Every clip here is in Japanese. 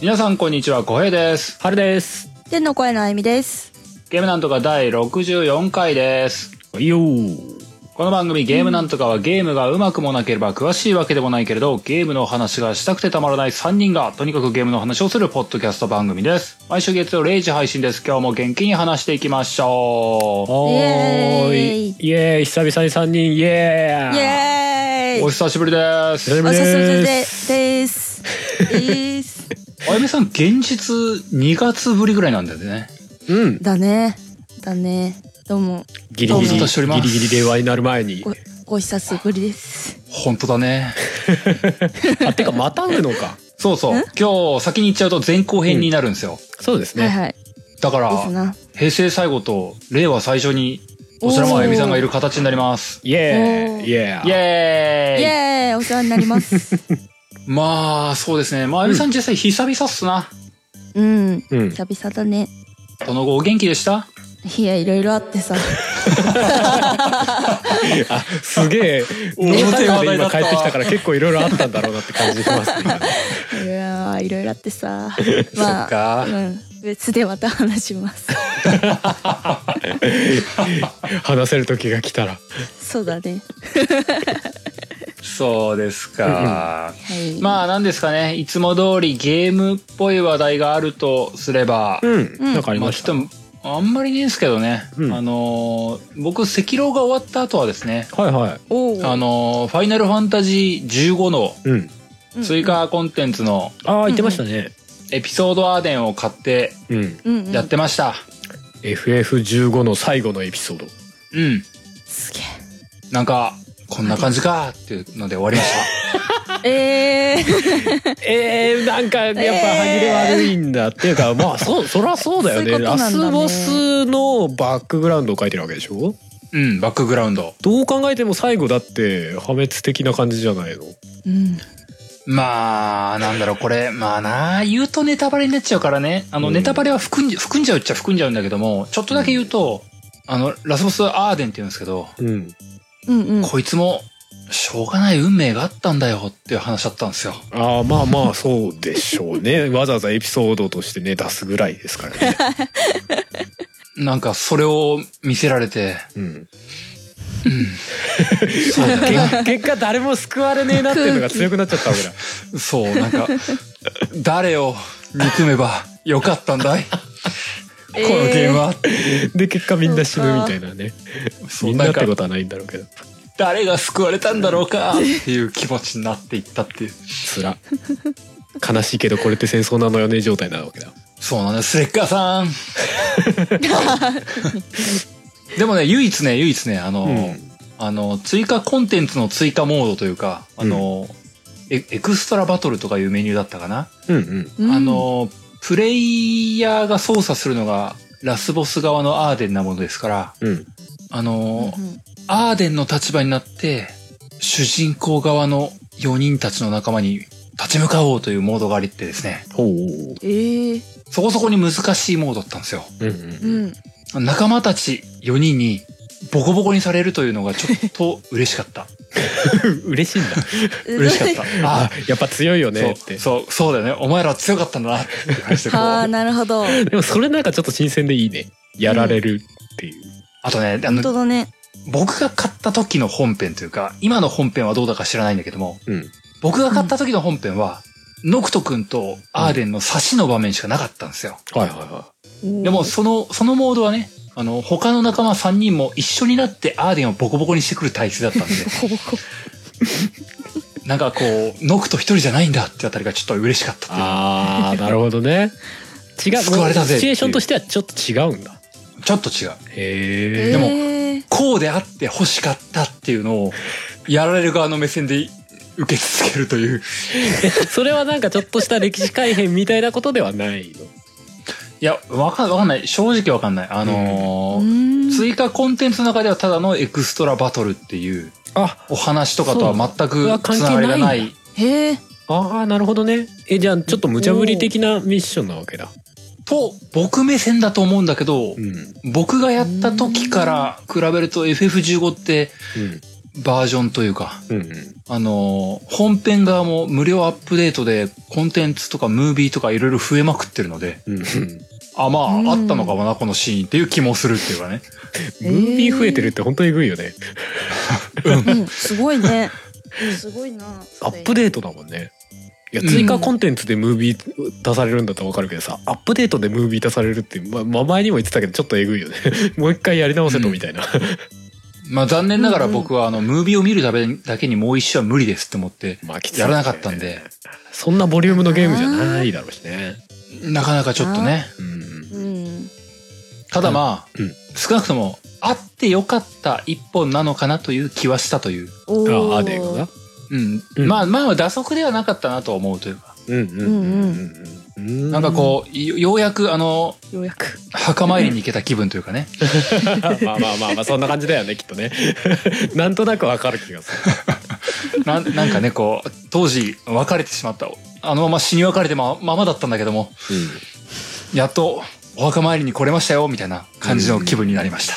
皆さんこんにちは、小平です。春です。天の声のあゆみです。ゲームなんとか第64回です。いいよーこの番組ゲームなんとかはゲームがうまくもなければ詳しいわけでもないけれど、ゲームの話がしたくてたまらない3人がとにかくゲームの話をするポッドキャスト番組です。毎週月曜0時配信です。今日も元気に話していきましょはーイエい。ーイエーイ久々に三人イエーイエう。ーイお久しぶりでえす。おぶり久しぶりででです。です。あやめさん、現実2月ぶりぐらいなんだよね。うん。だね。だね。どうも。ギリギリどうもしておりますギリギリ令和になる前に。お、お久しぶりです。本当だね。あてかまた会うのか。そうそう。今日先に言っちゃうと前後編になるんですよ。 そうですはいね。はい。だから、ですな。平成最後と令和最初にどちらもあゆみさんがいる形になりますイエーおーイイイエーイ。エーイイエーイお世話になります。まあそうですねまああゆみさん実際久々っすな、うん。うん。久々だね。その後お元気でしたいや、いろいろあってさ。あ、すげ え。ノータイムで今帰ってきたから結構いろいろあったんだろうなって感じします ね。いやー、いろいろあってさ。そっまあ、かうん。別でまた話します。話せる時が来たら。そうだね。そうですか、はい。まあ何ですかねいつも通りゲームっぽい話題があるとすれば、うん。うんなんかありままあきっしたと。あんまりねえんですけどね、うんあのー僕赤狼が終わった後はですねはいはい。おーあのーファイナルファンタジー15のうん。うん追加コンテンツのああ、言ってましたね。エピソードアーデンを買ってうん。うんうんやってました、 FF15 の最後のエピソード。うんすげなんか、こんな感じかっていうので終わりましえ。えー。えー、なんかやっぱ歯切れ悪いんだ、っていうかまあそうそりゃそうだよねそういうことラなんだねスボスのバックグラウンドを書いてるわけでしょた。うん、バックグラウンド。どう考えても最後だって破滅的な感じじゃないのうん。まあ、なんだろう、これ、まあな、言うとネタバレになっちゃうからね。あの、うんネタバレは含んじ含んじゃうっちゃ含んじゃうんだけども、ちょっとだけ言うと、あの、ラスボスアーデンって言うんですけど、うんうんうん。こいつも、しょうがない運命があったんだよっていう話だったんですよ。ああまあまあそうでしょうね わざわざエピソードとしてね出すぐらいですからね、なんか、それを見せられて、 うん、そうだな。結結果誰も救われねえなっていうのが強くなっちゃったわけだ そう、なんか、誰を憎めばよかったん だいこのゲームは。で結果みんな死ぬみたいなねそうみんなってことはないんだろうけど誰が救われたんだろうかっていう気持ちになっていったっていう。つ ら悲しいけどこれって戦争なのよね状態なわけだそうなんです、レッカーさん。 でもね、唯一ね、唯一ね、あの、うんあの、追加コンテンツの追加モードというか、あの、エエクストラバトルとかいうメニューだったかな。うんうんうんあ、の、プレイヤーが操作するのが、ラスボス側のアーデンなものですから、うんあうんうの、んアーデンの立場になって、主人公側の4人たちの仲間に立ち向かおうというモードがありってですね、ほうほうええ。そこそこに難しいモードだったんですよ。うんううんん。仲間たち4人にボコボコにされるというのがちょっと嬉しかった。うん、 嬉しいんだ 嬉しかった。 あ あやっぱ強いよねっそうてそう、そうだよね。お前ら強かったんだなって感じでこうはあ、あなるほど。本でもそれなんかちょっと新鮮でいいねやられるっていう、とね、あ当の、だね。僕が買った時の本編というか、今の本編はどうだか知らないんだけども、うん僕が買った時の本編は、ノクト君とアーデンの差しの場面しかなかったんですよ。はいはいはでも、その、そのモードはね、あの、他の仲間3人も一緒になってアーデンをボコボコにしてくる体制だったんで、 ほぼほぼ。なんかこう、ノクト一人じゃないんだってあたりがちょっと嬉しかったっていうあーなるほどね違う救われたぜっていうシチュエーションとしてはちょっと違うんだちょっと違う。へええでもーこうであって欲しかったっていうのを、やられる側の目線で受け続けるという。 それはなんかちょっとした歴史改変みたいなことではないのいや、わかん、わかんない。正直わかんない。あのうーん追加コンテンツの中ではただのエクストラバトルっていうあお話とかとは全そくう関つな係がりがなないい。へえ。あーなるほどねえじゃあちょっと無茶ぶり的なミッションなわけだと、僕目線だと思うんだけどう、んうん僕がやった時から比べると FF15 ってバージョンというか、うんうんあのー本編側も無料アップデートでコンテンツとかムービーとかいろいろ増えまくってるので、うんうん。ムーあ、まあ、うんあったのかもな、このシーンっていう気もするっていうかね。ビー増えてるって本当にえぐいよね。うん、すごいね。すごいな。アップデートだもんね。いや追加コンテンツでムービー出されるんだったらわかるけどさ、アップデートでムービー出されるって、ま、まあ前にも言ってたけどちょっとえぐいよね。 もう一回やり直せとみたいな。まあ残念ながらうんうん僕はあの、ムービーを見るためだけにもう一周は無理ですって思って、 まあきついねやらなかったんで、そんなボリュームのゲームじゃないだろうしね。なかなかちょっとね。うん。うん。ただまあ、うん少なくとも、あってよかった一本なのかなという気はしたという。おあーあ、でーが。うん。うんまあまあ、打足ではなかったなと思うというか。うんうんうんうん。なんかこう、よようやくあの、ようやく。墓参りに行けた気分というかね。うん。 まあまあまあまあそんな感じだよねきっとね。 なんとなくわかる気がする。ななんかね、こう、当時別れてしまった。あのまま死に別れてまままだったんだけども、うんやっとお墓参りに来れましたよ、みたいな感じの気分になりました。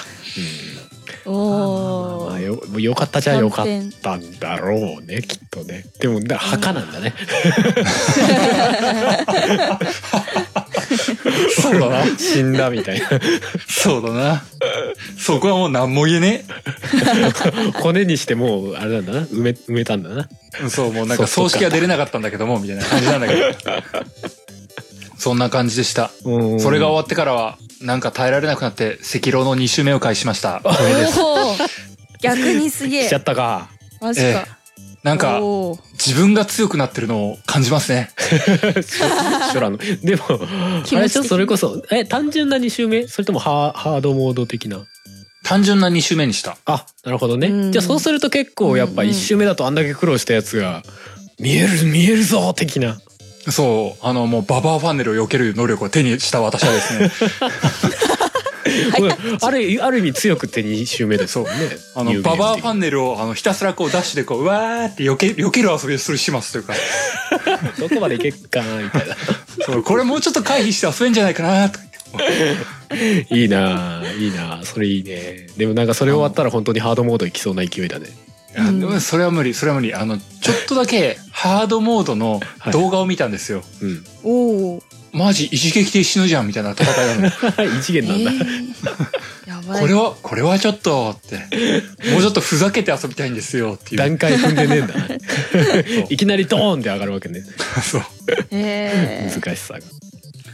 おまあー。よよかったじゃよかったんだろうねきっとねでもだ墓なんだね、 そうだな。 死んだみたいな そうだな。そこはもう何も言えね 骨にしてもうあれなんだな埋め埋めたんだなえ。そう、もうなんかそっ葬か式は出れなかったんだけども、みたいな感じなんだけど。そんな感じでした。それが終わってからは、なんか耐えられなくなって、赤老の2周目を返しました。おー逆にすげ来ちゃえっ。たかマジえかえ。なんか、おー自分が強くなってるのを感じますね。ショラのでも的あれでしょそれこそえ単純な2周目それともハーハードモード的な単純な2周目にした。あなるほどね、うんじゃあそうすると結構やっぱうんう1ん周目だとあんだけ苦労したやつが見える見えるぞ的なそう、あの、もうババアファンネルを避ける能力を手にした私はです ね、うんあるある意味強く手2周目ですもんねあの、有名人バ的にバアファンネルを、あの、ひたすらこうダッシュでこう、うわーって避け、避ける遊びをする始末というか、どこまでいけっかなみたいな そう、これもうちょっと回避して遊べんじゃないかなとか言っていいなあいいなあそれいいねでもなんかそれ終わったら本当にハードモードいきそうな勢いだねいやでもそれは無理、それは無理。あの、ちょっとだけハードモードの動画を見たんですよ。 うんおー。マジ一撃で死ぬじゃんみたいな戦いなの。異次元なんだ、 えーやばい。これ は、これはちょっとって、もうちょっとふざけて遊びたいんですよっていう。段階踏んでねえんだないきなりドーンって上がるわけね そうえー難しさが、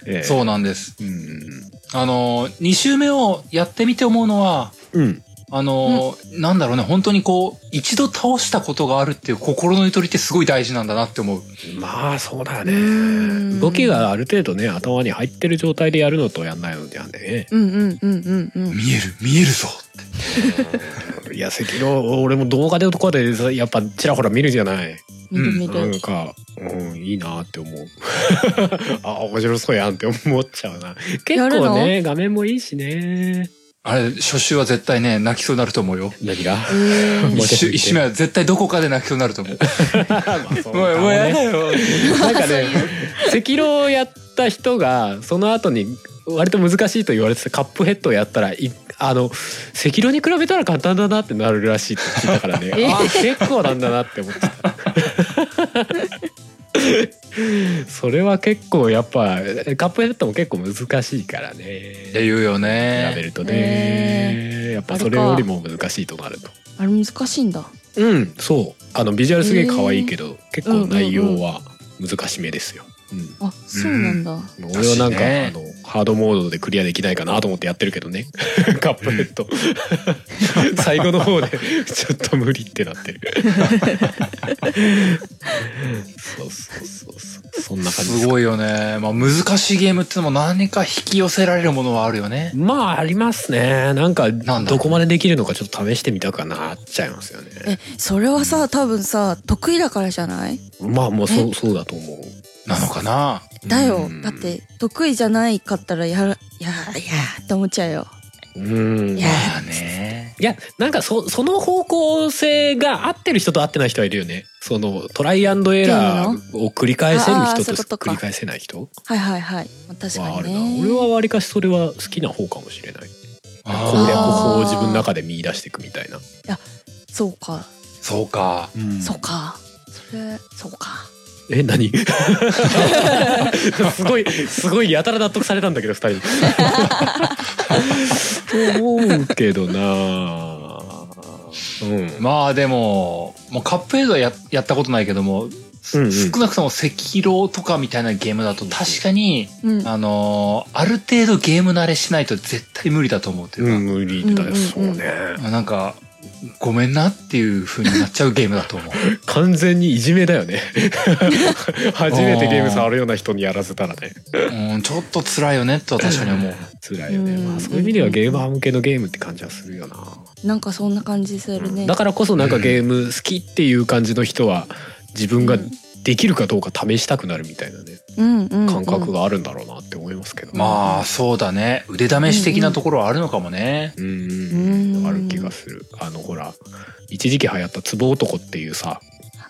ええそうなんです。うんあの、2周目をやってみて思うのは、うんあのーなんだろうね、本当にこう、一度倒したことがあるっていう心のゆとりってすごい大事なんだなって思う。まあそうだうねん動きがある程度ね頭に入ってる状態でやるのとやんないのじゃねうんうんうんうんうん。見える、見えるぞって。いや赤道俺も動画でとかでさやっぱちらほら見るじゃない見る見なる。んか、うん、いいなって思う。 あ、面白そうやんって思っちゃうな。結やる構のね、画面もいいしね。あれ、初週は絶対ね、泣きそうになると思うよ。何がえー。もう一週、一週目は絶対どこかで泣きそうになると思う。 まあそうもう、もうやだね、よ。なんかね、赤狼をやった人が、その後に、割と難しいと言われてたカップヘッドをやったら、いあの、赤狼に比べたら簡単だなってなるらしいって聞いたからねえあ、結構なんだなって思ってた。それは結構やっぱカップヘッドも結構難しいからね。って言うよ比べね。るとね、ねやっぱそれよりも難しいとなるとあれ難しいんだ。うんそうあのビジュアルすげえ可愛いけど、結構内うんうんう容んは難しめですよ、うんあ、そうなんだ。俺はなんだしか、ねあのハードモードでクリアできないかなと思ってやってるけどねカップヘッド最後の方でちょっと無理ってなってるそうそうそうそうそんな感じですすかごいよね。まあ難しいゲームってのも何か引き寄せられるものはあるよね。まあありますねなんかだろうどこまでできるのかちょっと試してみたくはなっちゃいますよねえ、それはさ、多分さ、得意だからじゃないまあもうそうえそうだと思うなのかなだようん。だって、得意じゃないかったら、やら、いや、いや、って思っちゃうよ。うんいいややまあね。なんかそその方向性が合ってる人と合ってない人はいるよねそのトライアンドエラーを繰り返せるあー人そういうとことか繰り返せない人はいはいはい。まあ確はかあるにな、ね。俺はわりかしそれは好きな方かもしれない攻あ略ー法を自分の中で見出していくみたいなそうか、そうか。うんそうかそれそうかえ何 すごいすごいやたら納得されたんだけど二人と思うけどなうんまあでも、もうカップヘッドはややったことないけども、うんうん少なくとも赤狼とかみたいなゲームだと確かに、うんあのーある程度ゲーム慣れしないと絶対無理だと思うっていううか、ん無理だうんうんうんよそうねなんか、ごめんなっていう風になっちゃうゲームだと思う。完全にいじめだよね初めてゲーム触るような人にやらせたらねうん、ちょっと辛いよねとは確かに思う。辛いよねうんまあそういう意味ではゲーマー向けのゲームって感じはするよななんかそんな感じするねだからこそなんかゲーム好きっていう感じの人は自分ができるかどうか試したくなるみたいなねうんうんうん感覚があるんだろうなって思いますけど、まあ、そうだね。腕試し的なところはあるのかもね。うんうんある気がするあのほら一時期流行った「ツボ男」っていうさ、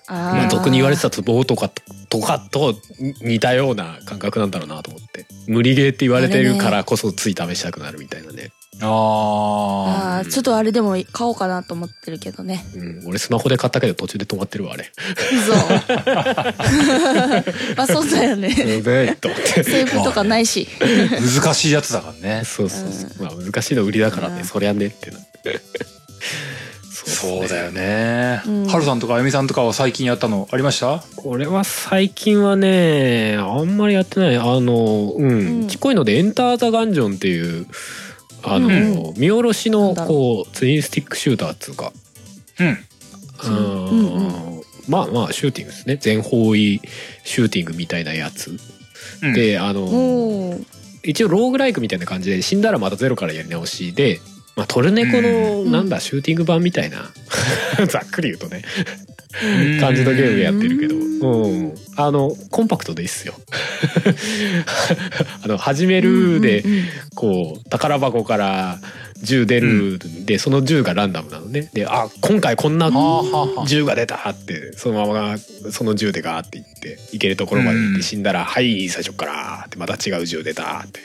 あーまあ、俗に言われてた「ツボ男」とかと似たような感覚なんだろうなと思って無理ゲーって言われてるからこそつい試したくなるみたいなね、ああ。あーちょっとあれでも買おうかなと思ってるけど ねうん、俺スマホで買ったけど途中で止まってるわあれ嘘まあそうだよねやべえと思ってセーブとかないし難しいやつだからね。 そうそうそう、まあ難しいの売りだからね、うんそりゃねってな そそうだよねね。うんハルさんとかあゆみさんとかは最近やったのありましたこれは最近はねあんまりやってないあのうん、うんちっこいので「エンター・ザ・ガンジョン」っていうあの、う見下ろしなのんだろうこうツインスティックシューターっつうかうん。ううんん、まあまあシューティングですね全方位シューティングみたいなやつ、うんであの、おー一応ローグライクみたいな感じで死んだらまたゼロからやり直しで、まあ、トルネコのうんなんだ、シューティング版みたいなざっくり言うとね感じのゲームやってるけど、うんうんあのコンパクトでいいっすよ。 あの始めるで、うんうんうんこう宝箱から銃出るで、その銃がランダムなのねであ今回こんなあーはは銃が出たってそのままその銃でガーっていっていけるところまで行っうんて死んだら「はい最初から」ってまた違う銃出たって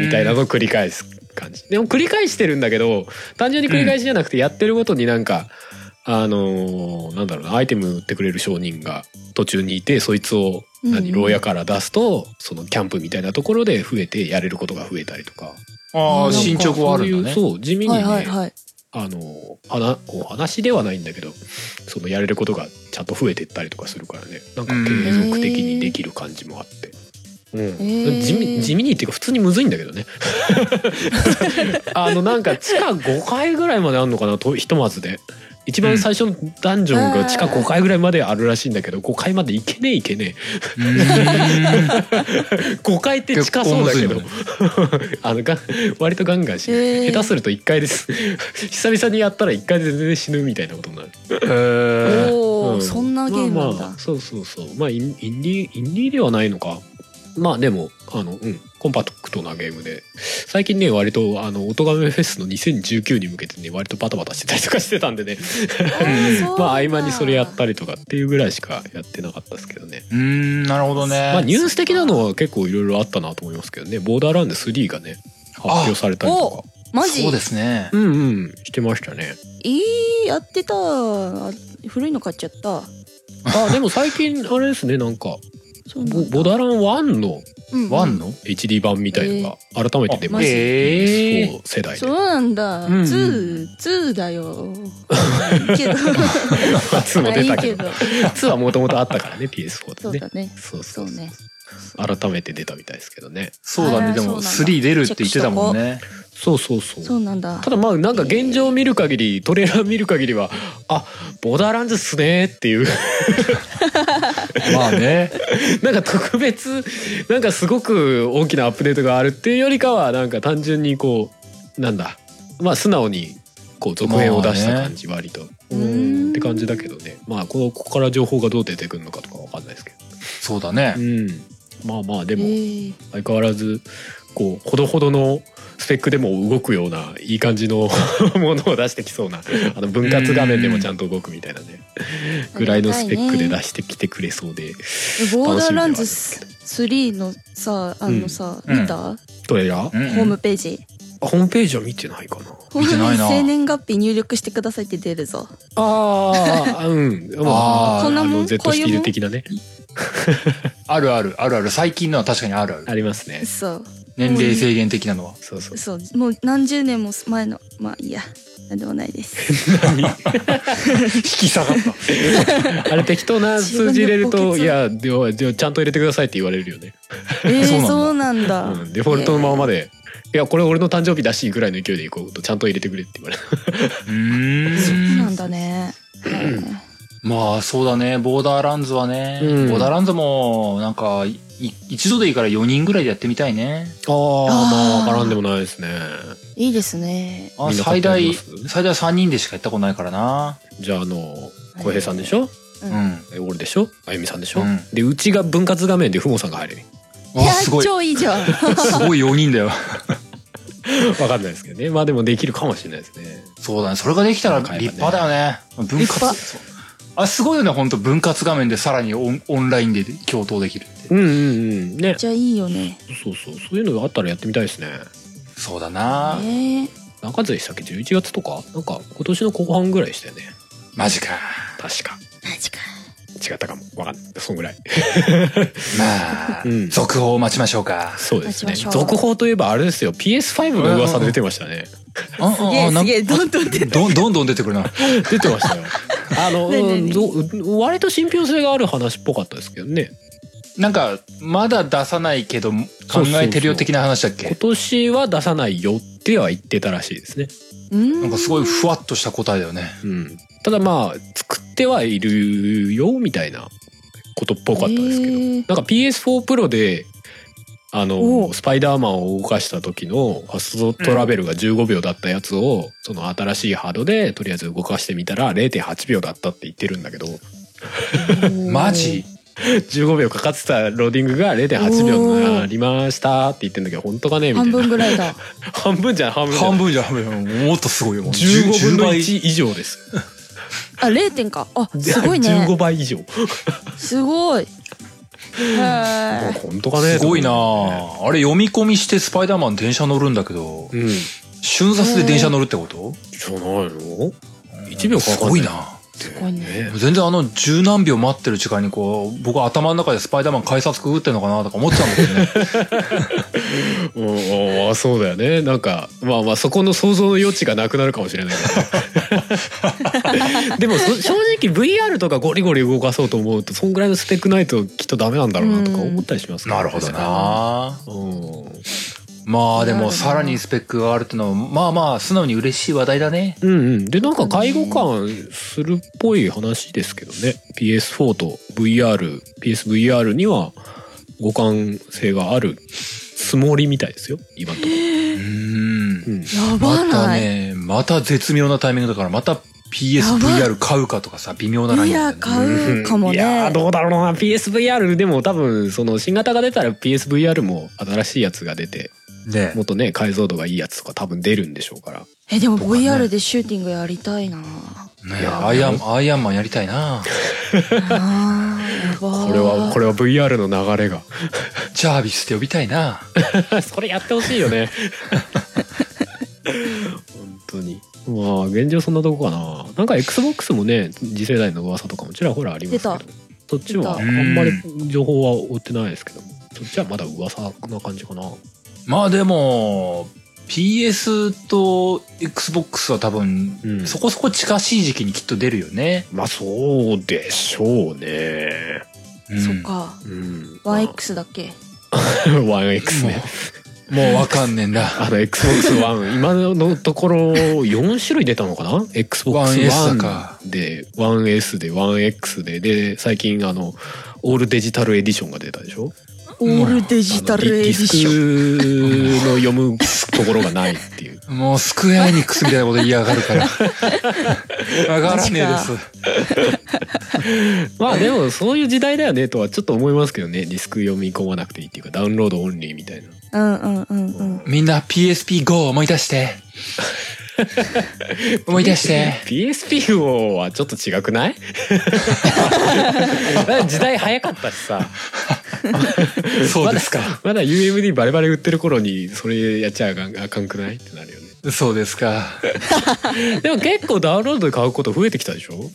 みみたいなのを繰り返す感じ。でも繰り返してるんだけど、単純に繰り返しじゃなくて、やってるごとになんか、あのーなんだろうな、アイテム売ってくれる商人が途中にいて、そいつを、何、うんうん牢屋から出すと、そのキャンプみたいなところで増えて、やれることが増えたりとか。あなあ、んか進捗はあるんだね。そういうそう、地味にはね、いはいはいあのーはなお話ではないんだけど、そのやれることがちゃんと増えてったりとかするからね、なんか継続的にできる感じもあって。うん、ー地味地味にっていうか普通にむずいんだ けどねあのなんか地下5階ぐらいまであんのかなとひとまずで一番最初のダンジョンが地下5階ぐらいまであるらしいんだけど5階まで行けねえ行けね え5階って結近構そうむだずいけよど、ねあのが割とガンガン死ぬ、へー下手すると1階です久々にやったら1階で全然死ぬみたいなことになるへえおうおそんなゲームなんまあだまあそうそうそうまあインインディーインディーではないのかまあでもあのうんコンパクトなゲームで最近ね割とあの音がめフェスの2019に向けてね割とバタバタしてたりとかしてたんでね まあ合間にそれやったりとかっていうぐらいしかやってなかったですけどねうーん、なるほどまあね。ニュース的なのは結構いろいろあったなと思いますけどね「ボーダーランド3」がね発表されたりとかマジそうですね。うんうんしてましたねえー、やってた古いの買っちゃったあでも最近あれですねなんかそうなんボだボーダーラン1のうんうんワンの HD 版みたいのが改めて出ます、あへー PS4 世代でそうなんだ、うんうんツーツーだよいいけど2も出たけどまあいい2はもともとあったからね PS4 そうでだねねそうそそううね改めて出たみたいですけどねそうだあね。ーでそうなも、んだ3出るって言ってたもんね。そうそうそうそうなんだただまあなんか現状見る限りトレーラー見る限りはあボーダーランズっすねっていうまあね。なんか特別なんかすごく大きなアップデートがあるっていうよりかはなんか単純にこうなんだまあ素直にこう続編を出した感じ割と、ううねんって感じだけどねまあこのここから情報がどう出てくるのかとかわかんないですけどそうだねう。ん、まあまあでえもー、相変わらずこうほどほどのスペックでも動くようないい感じの ものを出してきそうなあの分割画面でもちゃんと動くみたいなねぐらいのスペックで出してきてくれそうでボーダーランズ楽しみで3のさあのさ、うん見た、どれやうんホームページホームページは見てないかなこの見て ないな生年月日入力してくださいって出るぞ。ああ、うん。まあ、あーあこんなもんの Z こういスうもんピード的なね。あるあるあるある最近のは確かにあるあるありますね。そう年齢制限的なのはそうそう。そうもう何十年も前のまあいいやなんでもないです。引き下がった あれ適当な数字入れると、い自や、ではではちゃんと入れてくださいって言われるよね。えそうなんー、だそうなんだ。うん、デフォルトのままで、いや、これ俺の誕生日だしぐらいの勢いでいこうと、ちゃんと入れてくれって言われる。うーんそうなんだね。まあそうだねボーダーランズはね、うんボーダーランズもなんかい一度でいいから4人ぐらいでやってみたいねああ、まあーあ、わからんでもないですね。いいですね。あみんな最や大ります最大3人でしかやったことないからなじゃあ、あの、浩平さんでしょううん、ん。え俺でしょあゆみさんでしょ、うんで、うちが分割画面でふもさんが入る。いあやすごい超いいじゃん。すごい4人だよわかんないですけどね。まあでもできるかもしれないですね。そうだねそれができたら立派だよね分立割派そうあすごいよね本当分割画面でさらにオンオンラインで共闘できるってうんうんうん。ね。じゃあいいよね。そうそう。そういうのがあったらやってみたいですね。そうだな、ね何月でしたっけ ?11 月とかなんか今年の後半ぐらいでしたよね。マジか確か。マジか。違ったかも。わかんない。そんぐらい。まあ、うん続報を待ちましょう かそうですね。待ちましょう続報といえばあれですよ。PS5 の噂出てましたね。あすげえあなすげえどんどん出てどんどんどん出てくるな 出てましたよ。あの、ねえねえねえど割と信憑性がある話っぽかったですけどね。なんかまだ出さないけど考そうそうえてるよ的な話だっけ今年は出さないよっては言ってたらしいですね。うん。なんかすごいふわっとした答えだよねうん。ただまあ、作ってはいるよ、みたいなことっぽかったですけど。へーなんか PS4 プロで、あおの、うスパイダーマンを動かした時のファストトラベルが15秒だったやつを、その新しいハードでとりあえず動かしてみたら0.8秒だったって言ってるんだ けど、マジ15秒かかってたローディングが0.8秒になりましたって言ってんだけど、本当かねみたい半な。分ぐらいだ。半分じゃない半分じゃない半分じゃ半分もっとすごいよ15分の倍1以上です。あ0点か。あすごいね。 15倍以上。すごい。へえ。 本当かねすごいなああれ読み込みしてスパイダーマン電車乗るんだけどうん。瞬殺で電車乗るってことじゃないの ?1 秒かすかんない。ごいなすごいね。ね。全然あの十何秒待ってる時間にこう僕は頭の中でスパイダーマン改札くぐってんのかなとか思ってたんだけどねうん、あそうだよねなんかまあまあそこの想像の余地がなくなるかもしれないけどでもそ正直 VR とかゴリゴリ動かそうと思うとそんぐらいのスペックないときっとダメなんだろう なとか思ったりしますからねなうん まあでもさらにスペックが上がるってのはまあまあ素直に嬉しい話題だねうんうんでなんか介護感するっぽい話ですけどね PS4 と VRPSVR には互換性があるつもりみたいですよ今のとこうんろ、うん、やまばたない。ねまた絶妙なタイミングだからまたや PSVR 買うかとかさ微妙なラインいなやんだよね買うかもいやーね。どうだろうな PSVR でも多分その新型が出たら PSVR も新しいやつが出てねもっとね解像度がいいやつとか多分出るんでしょうからえでもとかね VR でシューティングやりたいな。ねアイアンアイアンマンやりたい なあーやばい。これはこれは VR の流れが ジャービスって呼びたいなそれやってほしいよね本当にまあ現状そんなとこかななんか XBOX もね次世代の噂とかもちらほらありますけど出そっちはあ出たんまり情報は追ってないですけどそっちはまだ噂な感じかなまあでも PS と XBOX は多分、うんそこそこ近しい時期にきっと出るよね、まあそうでしょうねそっか。うんまあ 1X だっけ。 1X ねもうわかんねえんだあの Xbox One 今のところ4種類出たのかな Xbox One S だ One かで 1S で 1X でで最近あのオールデジタルエディションが出たでしょオールデジタルエディション。ンディスクの読むところがないっていうもうスクエアエニックスみたいなこと言いやがるからわからねえです まあでもそういう時代だよねとはちょっと思いますけどねディスク読み込まなくていいっていうかダウンロードオンリーみたいうなんうんうんうん。みんな PSP-GO を思い出して 思い出して PSP をはちょっと違くない 時代早かったしさそうですかまだ UMD バレバレ売ってる頃にそれやっちゃあかんあかんくないってなるよねそうですか。 でも結構ダウンロードで買うこと増えてきたでしょ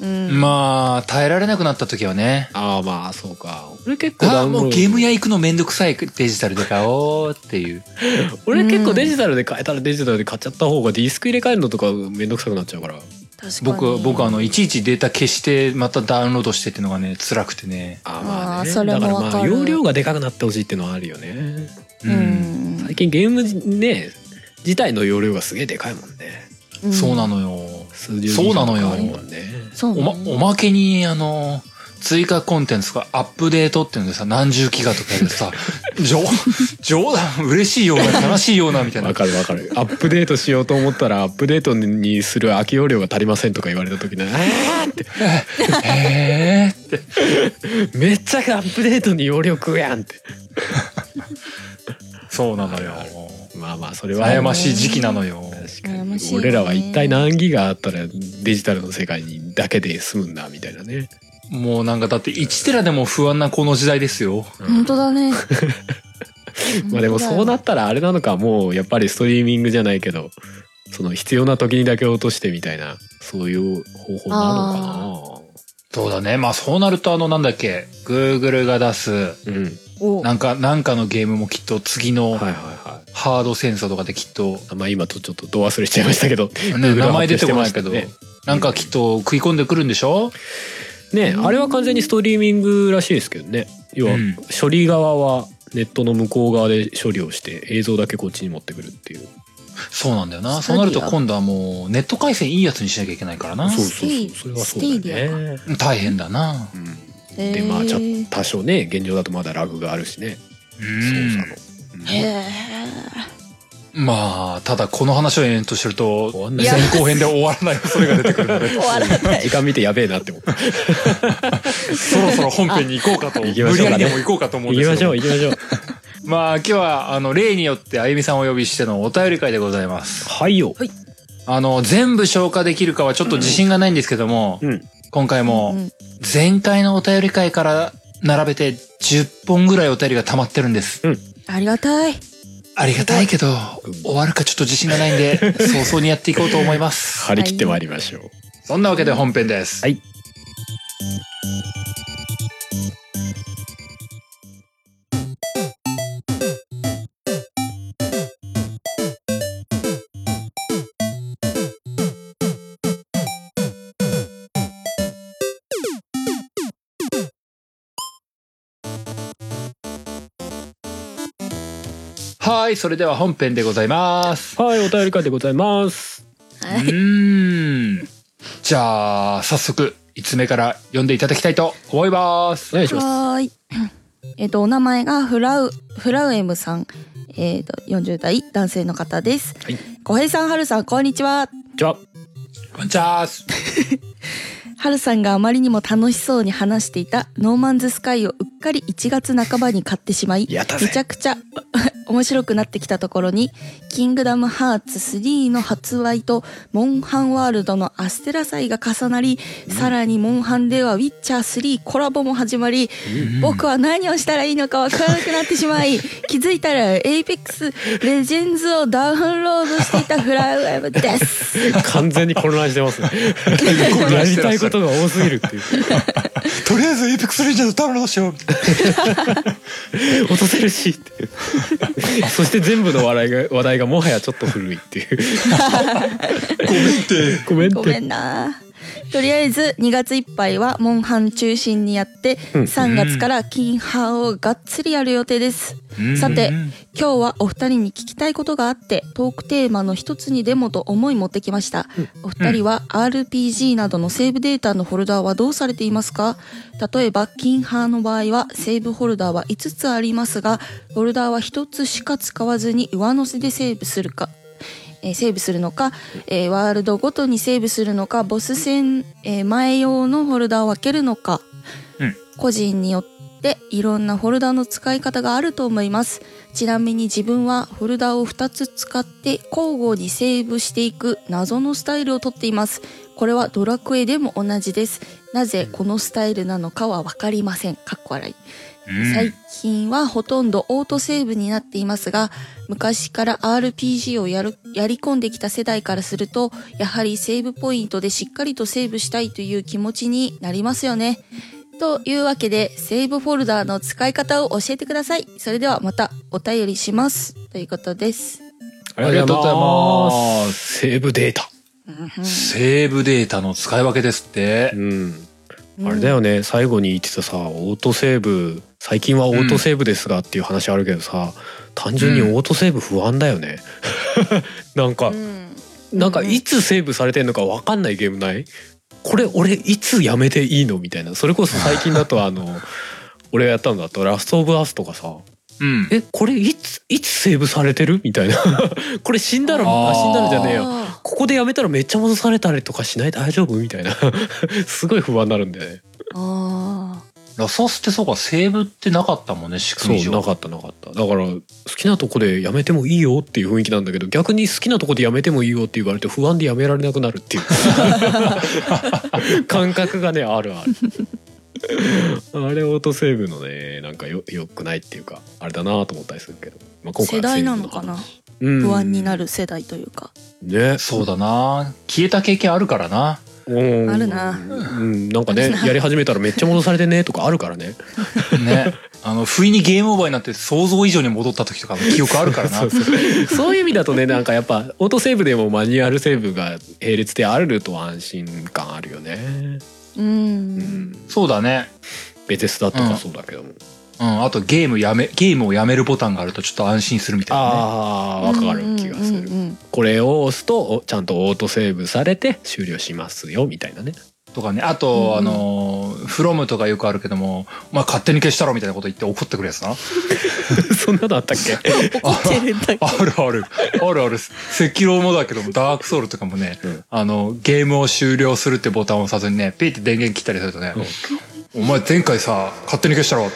うん。まあ、耐えられなくなった時はね。ああまあそうか俺結構ダあウンローもドうゲーム屋行くのめんどくさいデジタルで買おうっていう。俺結構デジタルで買えたらデジタルで買っちゃった方がディスク入れ替えるのとかめんどくさくなっちゃうから確かに。僕、僕あの、いちいちデータ消して、またダウンロードしてってのがね、辛くてね。ああーそれもだからわまかある容量がでかくなってほしいってのはあるよねう。ん。最近ゲームね自体の容量がすげえでかいもんねうんそうなのよ。数十そうなのよギガとかあるもんねそうおま、おまけに、あの、追加コンテンツがアップデートっていうのでさ、何十ギガとかで さ、冗、冗談、嬉しいような、悲しいような、みたいなわ。かるわかるアップデートしようと思ったらアップデートにする空き容量が足りませんとか言われた 時にあーってへえーって。めっちゃアップデートに容量食うやんってそうなのよ。まあまあそれは悩ましい時期なのよ。確か悩にましいよね俺らは一体何ギガあったらデジタルの世界にだけで済むんだみたいなねもうなんかだって1テラでも不安なこの時代ですよ。本当だね。まあでもそうなったらあれなのかもうやっぱりストリーミングじゃないけどその必要な時にだけ落としてみたいなそういう方法なのそうだね。まあそうなるとあのなんだっけ、Google が出す、かなうんおなんか、なんかのゲームもきっと次のはいはいはハードセンサーとかできっと、いまあ今とちょっとど忘れしちゃいましたけどね、 Google 名前出てこないけ発ど、表してましなんかきっと食い込んでくるんでしょねあれは完全にストリーミングらしいですけどね要はうん処理側はネットの向こう側で処理をして映像だけこっちに持ってくるっていうそうなんだよな。スそタうデなィアると今度はもうネット回線いいやつにしなきゃいけないからなそ。うそうそうスそテれイはそうだよね大変だな。うんでまあちょへー多少ね現状だとまだラグがあるしねう操ん作のへえ。まあ、ただこの話を延々としてると、終わんない前後編で終わらない恐れが出てくるの で、終わらない。 時間見てやべえなって思うそろそろ本編に行こうかと、行きましょ無理やうかねりでも行こうかと思うん行できすけまどしょう行きましょうまあ今日はあの例によってあゆみさんをお呼びしてのお便り会でございます。 はいよあの全部消化できるかはちょっと自信がないんですけども、うん今回うもん前回のお便り会から並べて10本ぐらいお便りが溜まってるんです。ありがたい。ありがたいけどうん終わるかちょっと自信がないんで 早々にやっていこうと思います。張り切ってまいりましょうそんなわけで本編です。はいはい、それでは本編でございます。はいお便り会でございますうーん。じゃあ早速5つ目から読んでいただきたいと思いますお。願いしますはーい。えっとお名前がフラウフラウエムさん、えっと40代男性の方です。はい小平さん、はるさん、こんにちは。じゃあこんにちは。はるさんがあまりにも楽しそうに話していたノーマンズスカイをうっかり1月半ばに買ってしまい、やったぜめちゃくちゃ 面白くなってきたところに、キングダムハーツ3の発売と、モンハンワールドのアステラ祭が重なり、さらにモンハンではウィッチャー3コラボも始まり、僕は何をしたらいいのかわからなくなってしま い、気づいたらエイペックスレジェンズをダウンロードしていたフラウエムです。完全に混乱してますねやりたいことが多すぎるっていうとりあえずエイペックスレンジャーズダウンロードしよう。落とせるしっていうそして全部の笑いが話題がもはやちょっと古いっていうごめんってごごめんめってんな。とりあえず2月いっぱいはモンハン中心にやって3月から金ハンをがっつりやる予定ですうんさて今日はお二人に聞きたいことがあってトークテーマの一つにでもと思い持ってきましたお二人は RPG などのセーブデータのフォルダーはどうされていますか例えば金ハンの場合はセーブフォルダーは5つありますがフォルダーは1つしか使わずに上乗せでセーブするかえーセーブするのか、えーワールドごとにセーブするのかボス戦、えー前用のフォルダを分けるのか、うん個人によっていろんなフォルダの使い方があると思いますちなみに自分はフォルダを2つ使って交互にセーブしていく謎のスタイルをとっていますこれはドラクエでも同じですなぜこのスタイルなのかは分かりませんかっこ笑いうん最近はほとんどオートセーブになっていますが、昔から RPG をやる、やり込んできた世代からすると、やはりセーブポイントでしっかりとセーブしたいという気持ちになりますよね。というわけで、セーブフォルダーの使い方を教えてください。それではまたお便りします。ということです。ありがとうございます。す。セーブデータ。セーブデータの使い分けですって。うん。あれだよね、最後に言ってたさ、オートセーブ、最近はオートセーブですがっていう話あるけどさ、単純にオートセーブ不安だよ ね。なんかう、ん。なんかいつセーブされてんのかわかんないゲームないこれ俺いつやめていいのみたいな。それこそ最近だと あの、俺がやったのだとラストオブアスとかさ、うん。え、これいつ、いつセーブされてるみたいな。 これ死んだら、あーあ死んだらじゃねえよ。あここでやめたらめっちゃ戻されたりとかしない大丈夫みたいな。 すごい不安になるんだよね。ーあラサスってそうか、セーブってなかったもんね、仕そ組みう、な上。かったなかった。だから、好きなとこでやめてもいいよっていう雰囲気なんだけど、逆に好きなとこでやめてもいいよって言われて不安でやめられなくなるっ ていう感覚がね、あるある。あれ、オートセーブのね、なんかよ、よくないっていうか、あれだなと思ったりするけど。まあ、ー今回世は代セーなブのかな話、うん不安になる世代というか。ね。そうだな消えた経験あるからな。うんあるなうん、なんかあねるなやり始めたらめっちゃ戻されてねとかあるからね ね。あの、不意にゲームオーバーになって想像以上に戻った時とかの記憶あるからな。そうそう そういう意味だとねなんかやっぱオートセーブでもマニュアルセーブが並列であると安心感あるよね、う。うんん、そうだね。ベテスダとかそうだけども、うん。あとゲームやめ、ゲームをやめるボタンがあるとちょっと安心するみたいな、ね。ああ分かる気がする、うんうんうんこれを押すとおちゃんとオートセーブされて終了しますよみたいなね とかね。あと、うんうんあのー、フロムとかよくあるけども、お前勝手に消したろみたいなこと言って怒ってくるやつな。 そんなのあった っけ、怒ってるんだけど。あるある。あるある。赤狼もだけども、ダークソウルとかもね、うんあの、ゲームを終了するってボタンを押さずにね、ピーって電源切ったりするとね、お前前回さ、勝手に消したろ。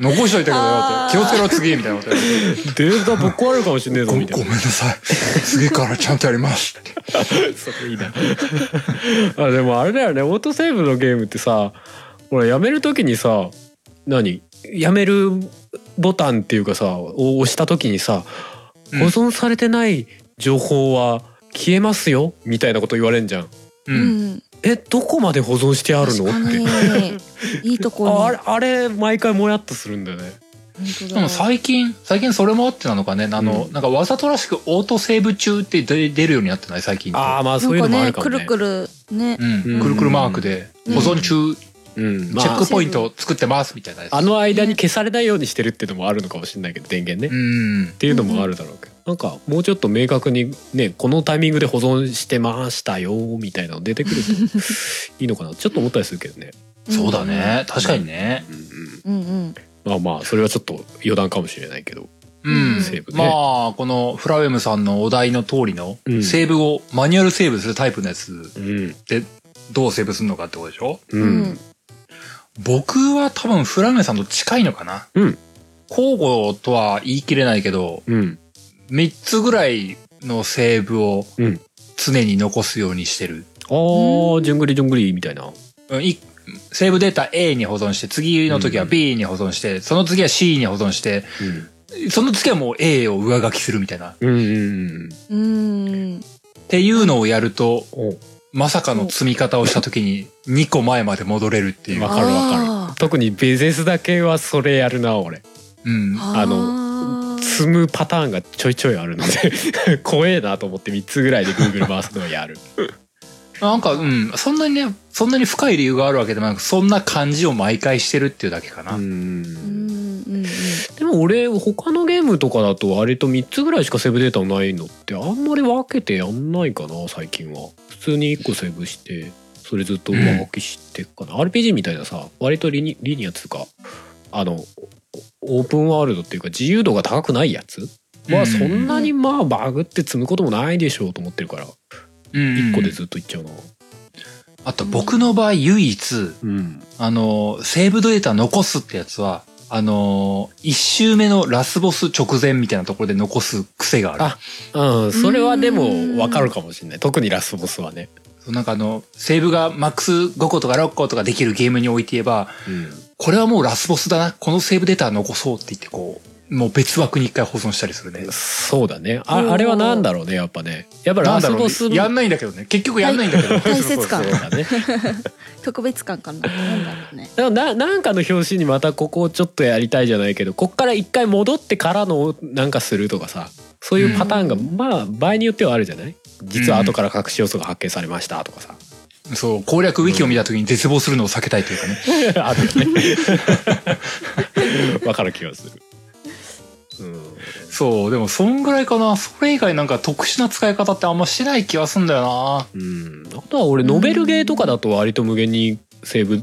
残しといたけどよあっーて、気をつけろ次、みたいなこと言われてデータぶっ壊れるかもしれねえぞごごめみんたいななさい。次からちゃんとやりますって。それいいな あでもあれだよねオートセーブのゲームってさほらやめる時にさ何やめるボタンっていうかさを押した時にさう保ん存されてない情報は消えますよみたいなこと言われんじゃん。う。うんん。えどこまで保存してあるの確っかてに。いいとこああれろあれ毎回もやっとするんだよね。に。本当でだも最近、最近それもあってなのかね、あの、うんなんかわざとらしくオートセーブ中って出出るようになってない最近って。ああまあそういなうのんもあかるね、かくもね。るくるね。うん、くるくるマークで、うん保存中、うんまチェッあクポイントを作ってますみたいなやつ。あの間に消されないようにしてるっていうのもあるのかもしれないけど電源う。ねんっ。ていうのもあるだろうけど、なんかもうちょっと明確にねこのタイミングで保存してましたよみたいなの出てくると いいのかなちょっと思ったりするけどね、そうだね。確かにね。うんうんうんうん。まあまあそれはちょっと余談かもしれないけどううんん。セーブね、まあ、このフラウェムさんのお題の通りのう、んセーブをマニュアルセーブするタイプのやつうんで、どうセーブするのかってことでしょううんん。僕は多分フラウェムさんと近いのかなうん交互とは言い切れないけど、うん3つぐらいのセーブをうん常に残すようにしてる。あーじゅんぐりじゅんぐりみたいなうんいセーブデータ A に保存して、次の時は B に保存して、その次は C に保存して、その次はもう A を上書きするみたいな。うんうんうんうん。っていうのをやると、おうまさかの積み方をした時に2個前まで戻れるっていう。わかるわかあるー特にベゼスだけはそれやるな俺うん。あのの積むパターンがちょいちょいあるの で怖えなと思って3つぐらいで Google 回すのをやるなんか、うん。そんなにね、そんなに深い理由があるわけでもなく、そんな感じを毎回してるっていうだけかな。うんうんでも俺他のゲームとかだと割と3つぐらいしかセーブデータもないのってあんまり分けてやんないかな最近は普通に1個セーブしてそれずっと上書きしてくかな、RPG みたいなさ割とリニリニアっつうかあのオープンワールドっていうか自由度が高くないやつうはんそんなにまあバグって積むこともないでしょうと思ってるから1 1個でずっといっちゃうなあと僕の場合唯一、うんあの、セーブデータ残すってやつは、あの、1周目のラスボス直前みたいなところで残す癖がある。あうんそれはでも分かるかもしれない特にラスボスはねそうなんかあの、セーブがマックス5個とか6個とかできるゲームにおいて言えば、うんこれはもうラスボスだな。このセーブデータは残そうって言って、こう、もう別枠に一回保存したりするね。そうだねおーああれはなんだろうねやっぱねやっぱなラんだスろうボねス。やんないんだけどね。結局やんないんだけど。大大切感そうそうそうだね特別感かななんだろうねなななんかの表紙にまたここをちょっとやりたいじゃないけどこっから一回戻ってからのなんかするとかさそういうパターンが、うんまあ場合によってはあるじゃない実は後から隠し要素が発見されました とかさ、そう、攻略ウィキを見た時に絶望するのを避けたいというかね。あるよね わかる気がする、うん、そう、でもそんぐらいかな。それ以外なんか特殊な使い方ってあんましてない気がすんだよな。うん、あとは俺ノベルゲーとかだと割と無限にセーブ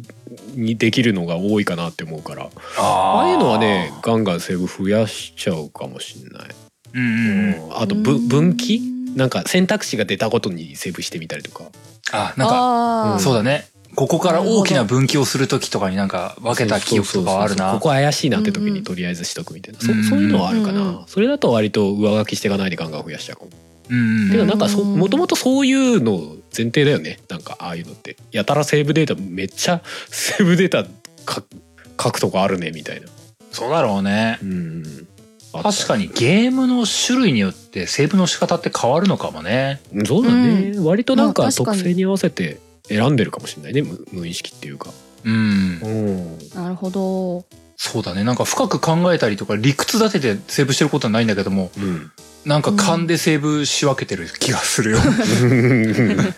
にできるのが多いかなって思うからああいうのはねガンガンセーブ増やしちゃうかもしんない、うんうんうん。あとうぶん分岐なんか選択肢が出たことにセーブしてみたりとかあ、なんか、あーそうだね。ここから大きな分岐をする時とかになんか分けた記憶とかはあるそうそうそうなそうこ。こ怪しいなって時うんうにんとりあえずしとくみたいな、うんうんそそういうのはあるかな、うんうんそれだと割と上書きしていかないでガンガン増やしちゃうかもうんてうかん。なんかそうんもともとそういうの前提だよねなんかああいうのってやたらセーブデータめっちゃセーブデータか書くとこあるねみたいな、そうだろうね。うん、確かにゲームの種類によってセーブの仕方って変わるのかもね。にそうだね、割となんまかあ確か特に性に合わせて選んでるかもしれないね無無意識っていうか、うん。ん、なるほどそうだね。なんか深く考えたりとか理屈立ててセーブしてることはないんだけども、なんか勘でセーブし分けてる気がするよ。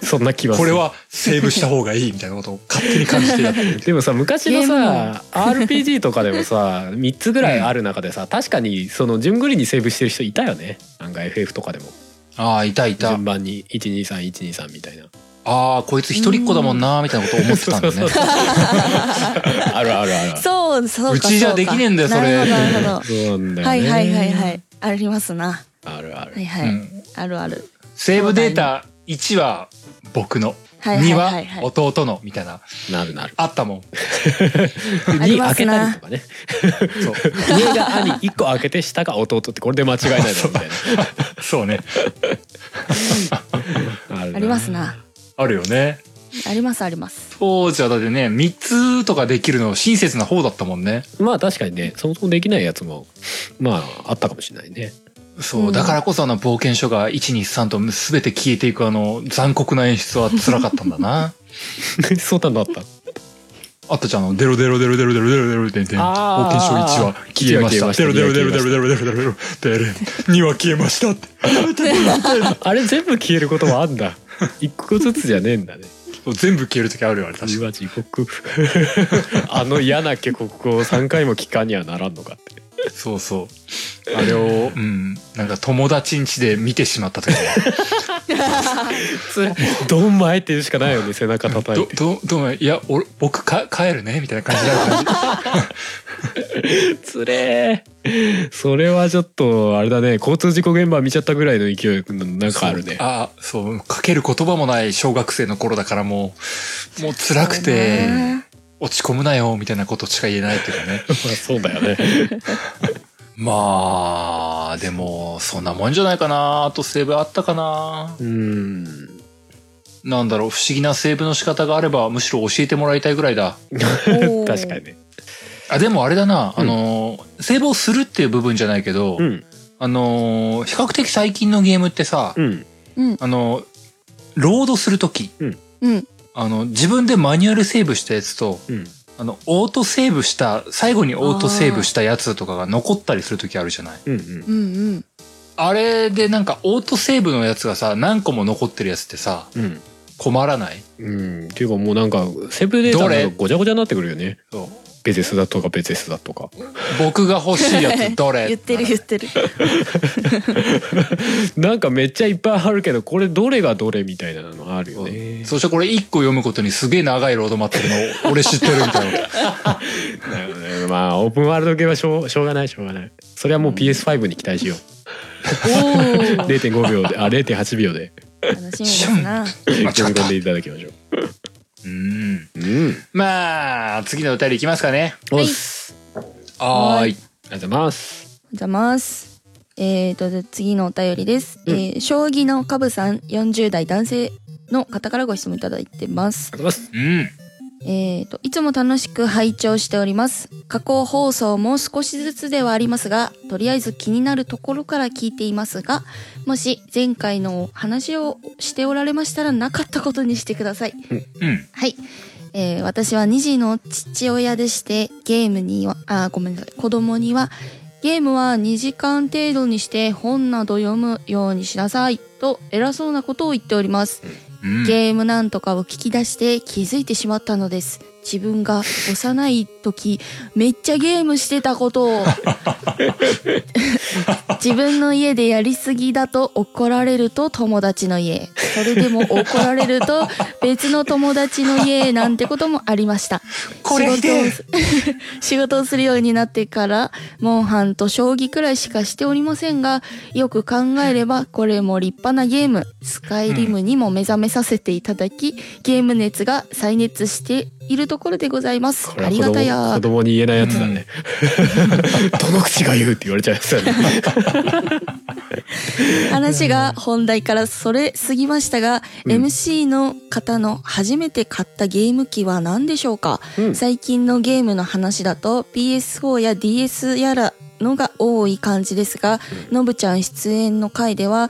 そんな気はすこるれはセーブした方がいいみたいなことを勝手に感じてやってる。でもさ昔のゲさ RPG とかで もさ3つぐらいある中でさ確かにその順繰りにセーブしてる人いたよねなんか FF とかでもああ、いたいた順。番に123123みたいなああ、こいつ一人っ子だもんな、みたいなことを思ってたんだね。そうそう そうあるあるあるそうそうかうちじゃできねえんだよそうかそれなるほどなるほそうなんだどよはねいはいはいはいありますなあるあるはいはうい、んあるあるセーブデータ1は僕の、はいはい2はいははい弟の、みたいな。なるなるあったもん。あり2ま開すけなたりとかねそう。上が兄1個開けて下が弟ってこれで間違いないだろうみたい そうね。なあるありますなあるよね。ありますあります当時はだってね、3つとかできるの親切な方だったもんね。まあ確かにねそもそもできないやつもまああったかもしれないね そうう、んだからこそあの冒険書が123と全て消えていくあの残酷な演出は辛かったんだな。そうだなったあったじゃん、あのデロデロデロデロデロデロデロデロデロあ冒ー険書1は消えました。消デえロまデロデロしたデロデロデロデロデロデロ2は消えましたって。あれ全部消えることはあんだ。一個ずつじゃねえんだね。全部消えるときあるよ、あれ確うかわ地獄。 あの嫌な下克を三回も聞かにはならんのかって。に。そうそう。あれを、うん、なんか友達ん家で見てしまったときそれドンマイっていうしかないよね背中叩いどて、。ど、どうも、いや、俺、僕か、帰るねみたいな感じになる感じ。つれえ。それはちょっとあれだね交通事故現場見ちゃったぐらいの勢いなんかあるね。あそう、かける言葉もない小学生の頃だからもう、もう辛くそうて、ね落ち込むなよ、みたいなことしか言えないっていうかね。 まあそうだよね。まあ、でも、そんなもんじゃないかな。あとセーブあったかな。うん。なんだろう、不思議なセーブの仕方があれば、むしろ教えてもらいたいぐらいだ。お ー確かにね。あ、でもあれだな、あうんの、セーブをするっていう部分じゃないけど、うんあの、比較的最近のゲームってさ、うんうんあの、ロードするとき、うんあの、自分でマニュアルセーブしたやつと、うん。あの、オートセーブした、最後にオートセーブしたやつとかが残ったりするときあるじゃないうんうん。うんうんあれでなんかオートセーブのやつがさ、何個も残ってるやつってさ、うん。困らないうん、っていうかもうなんかセーブデータどれがごちゃごちゃになってくるよねそうベゼスだとかベゼスだとか僕が欲しいや つどれ言ってる言 ってるなんかめっちゃいっぱいあるけどこれどれがどれみたいなのあるよね。そしてこれ1個読むことにすげえ長いロード待ってるの、俺知ってるみた いな。だよねまあオープンワールド系はしょうしょうがないしょうがない。それはもう PS5 に期待しよう。おお0.5秒であ0.8秒で楽しみですな読み込んでいただきましょう。うん。うん。まあ、次のお便りいきますかね。おっす。はーい。ありがとうございます。おはようございます。えー、とじゃあ次のお便りです、えー将棋のカブさん40代男性の方からご質問いただいてますありがとうございます。うん。えーと、いつも楽しく拝聴しております。加工放送も少しずつではありますが、とりあえず気になるところから聞いていますが、もし前回の話をしておられましたらなかったことにしてください。うん。はい。えー私は2児の父親でして、ゲームには、あー、ごめんなさい、子供には、ゲームは2時間程度にして本など読むようにしなさいと偉そうなことを言っております。うん。ゲームなんとかを聞き出して気づいてしまったのです。自分が幼い時、めっちゃゲームしてたこと を。自分の家でやりすぎだと怒られると友達の家。それでも怒られると別の友達の家なんてこともありました。これひでえ仕事を仕事をする ようになってから、モンハンと将棋くらいしかしておりませんが、よく考えればこれも立派なゲーム、スカイリムにも目覚めさせていただき、ゲーム熱が再熱しているところでございます。これあはり子がた供や子。供に言えないやつだね、 どの口が言うって言われちゃいますよね話が本題からそれすぎましたが、うん MC の方の初めて買ったゲーム機は何でしょうか、うん最近のゲームの話だと PS4 や DS やらのが多い感じですが、のぶちゃん出演の回では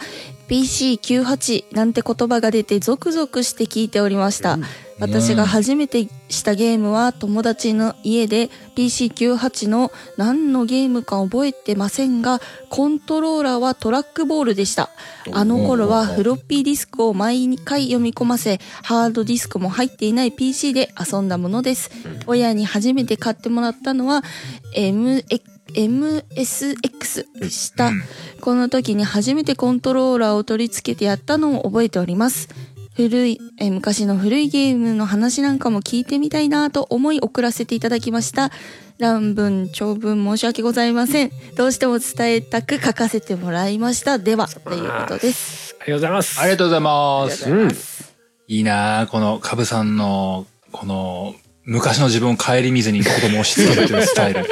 PC98 なんて言葉が出てゾクゾクして聞いておりました。私が初めてしたゲームは友達の家で PC98 の何のゲームか覚えてませんが、コントローラーはトラックボールでした。あの頃はフロッピーディスクを毎回読み込ませ、ハードディスクも入っていない PC で遊んだものです。親に初めて買ってもらったのは、M、MSX でした。この時に初めてコントローラーを取り付けてやったのを覚えております。古い、えー昔の古いゲームの話なんかも聞いてみたいなと思い送らせていただきました。乱文、長文申し訳ございません。どうしても伝えたく書かせてもらいました。では、ということです。ありがとうございますありがとうございまありがすと。うございます。いいなあこの、カブさんの、この、昔の自分を顧みずに子供をしつけるというス タイル。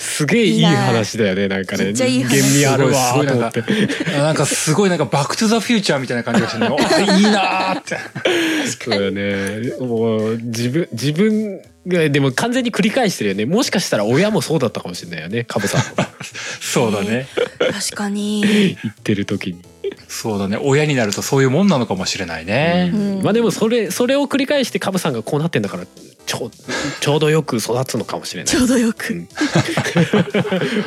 すげえいい話だよねなんかねめっちゃいい話厳味あるすわごいと思っすてごいなんか、なんかすごいなんか、バックトゥザフューチャーみたいな感じがしてね、おいいなーって。そうだよねもう自分自分がでも完全に繰り返してるよねもしかしたら親もそうだったかもしれないよねカブさんそうだね。確か に。言ってる時に、そうだね。親になるとそういうもんなのかもしれないね。うんまあでもそれそれを繰り返してカブさんがこうなってんだからちょうちょうどよく育つのかもしれな いちょうどようく。ん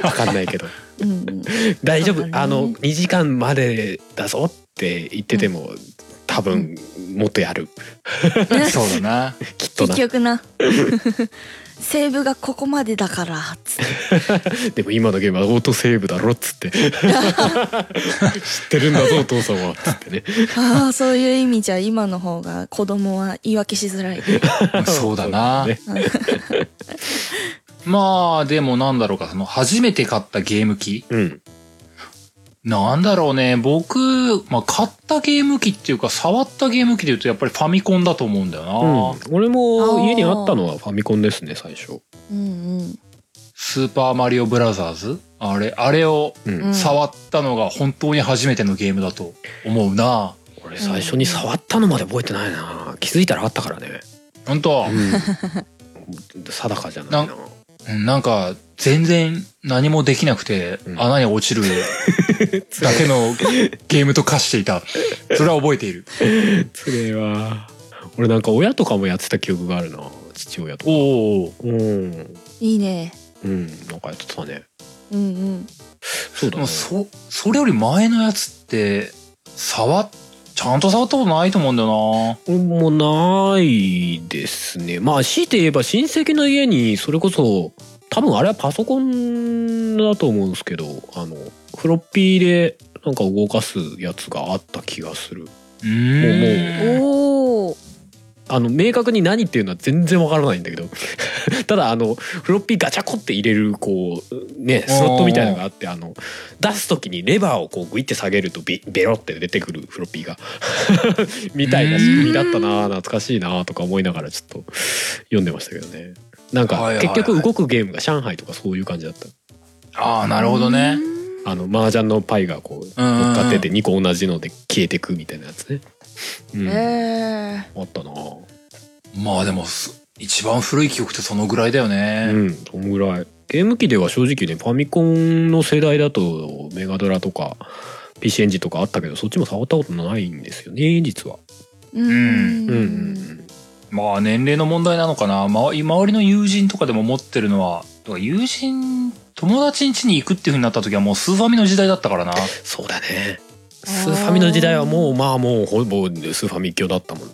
わかんないけどうん。大丈そう夫だねあの2時間までだぞって言ってても、多分もっとやるそうだな。きっとな結局 な。セーブがここまでだから、つってでも今のゲームはオートセーブだろ っつって知ってるんだぞお父さんはっつってねああ、そういう意味じゃ今の方が子供は言い訳しづ らい。そうだな。ねまあ、でもなんだろうか、その、初めて買ったゲーム機。うんなんだろうね。僕、まあ、買ったゲーム機っていうか、触ったゲーム機で言うと、やっぱりファミコンだと思うんだよな。うん、俺も家にあったのはファミコンですね最初、うんうん。スーパーマリオブラザーズあれ、あれをうんうん触ったのが本当に初めてのゲームだと思うな。俺最初に触ったのまで覚えてないな気づいたらあったからね、本当、うん、 定かじゃないなうんなんか、全然何もできなくて、うん穴に落ち るだけのゲームと化していた。それは覚えて いる。それは俺なんか親とかもやってた記憶があるな父親とかおお。うんいいね。うんなんかやってたねうんうん。そうだでもねそ、それより前のやつって、触っ、ちゃんと触ったことないと思うんだよもうないですねまあ強いて言えば親戚の家にそれこそ多分あれはパソコンだと思うんですけどあのフロッピーでなんか動かすやつがあった気がするな。うーん。おお。あの明確に何っていうのは全然わからないんだけど ただあのフロッピーガチャコって入れるこうねスロットみたいなのがあってあの出す時にレバーをこうグイって下げるとビベロって出てくるフロッピーが みたいな仕組みだったな懐かしいなとか思いながらちょっと読んでましたけどねなはいんかはいはい結局動くゲームが上海とかそういう感じだったああ、なるほどね。あの麻雀のパイがこううんうんうん乗っかってて2個同じので消えてくみたいなやつね、うんええあったなまあでも、す一番古い記憶ってそのぐらいだよね。うん、そんぐらい。ゲーム機では正直ね、ファミコンの世代だと、メガドラとか、PC エンジンとかあったけど、そっちも触ったことないんですよね、実は。うんんうんうんまあ年齢の問題なのかな、ま、周りの友人とかでも持ってるのはだから友人友達ん家に行くっていう風になった時はもうスーファミの時代だったからなそうだね。あースーファミの時代はもう、まあもう、ほぼスーファミ一強だったもんね。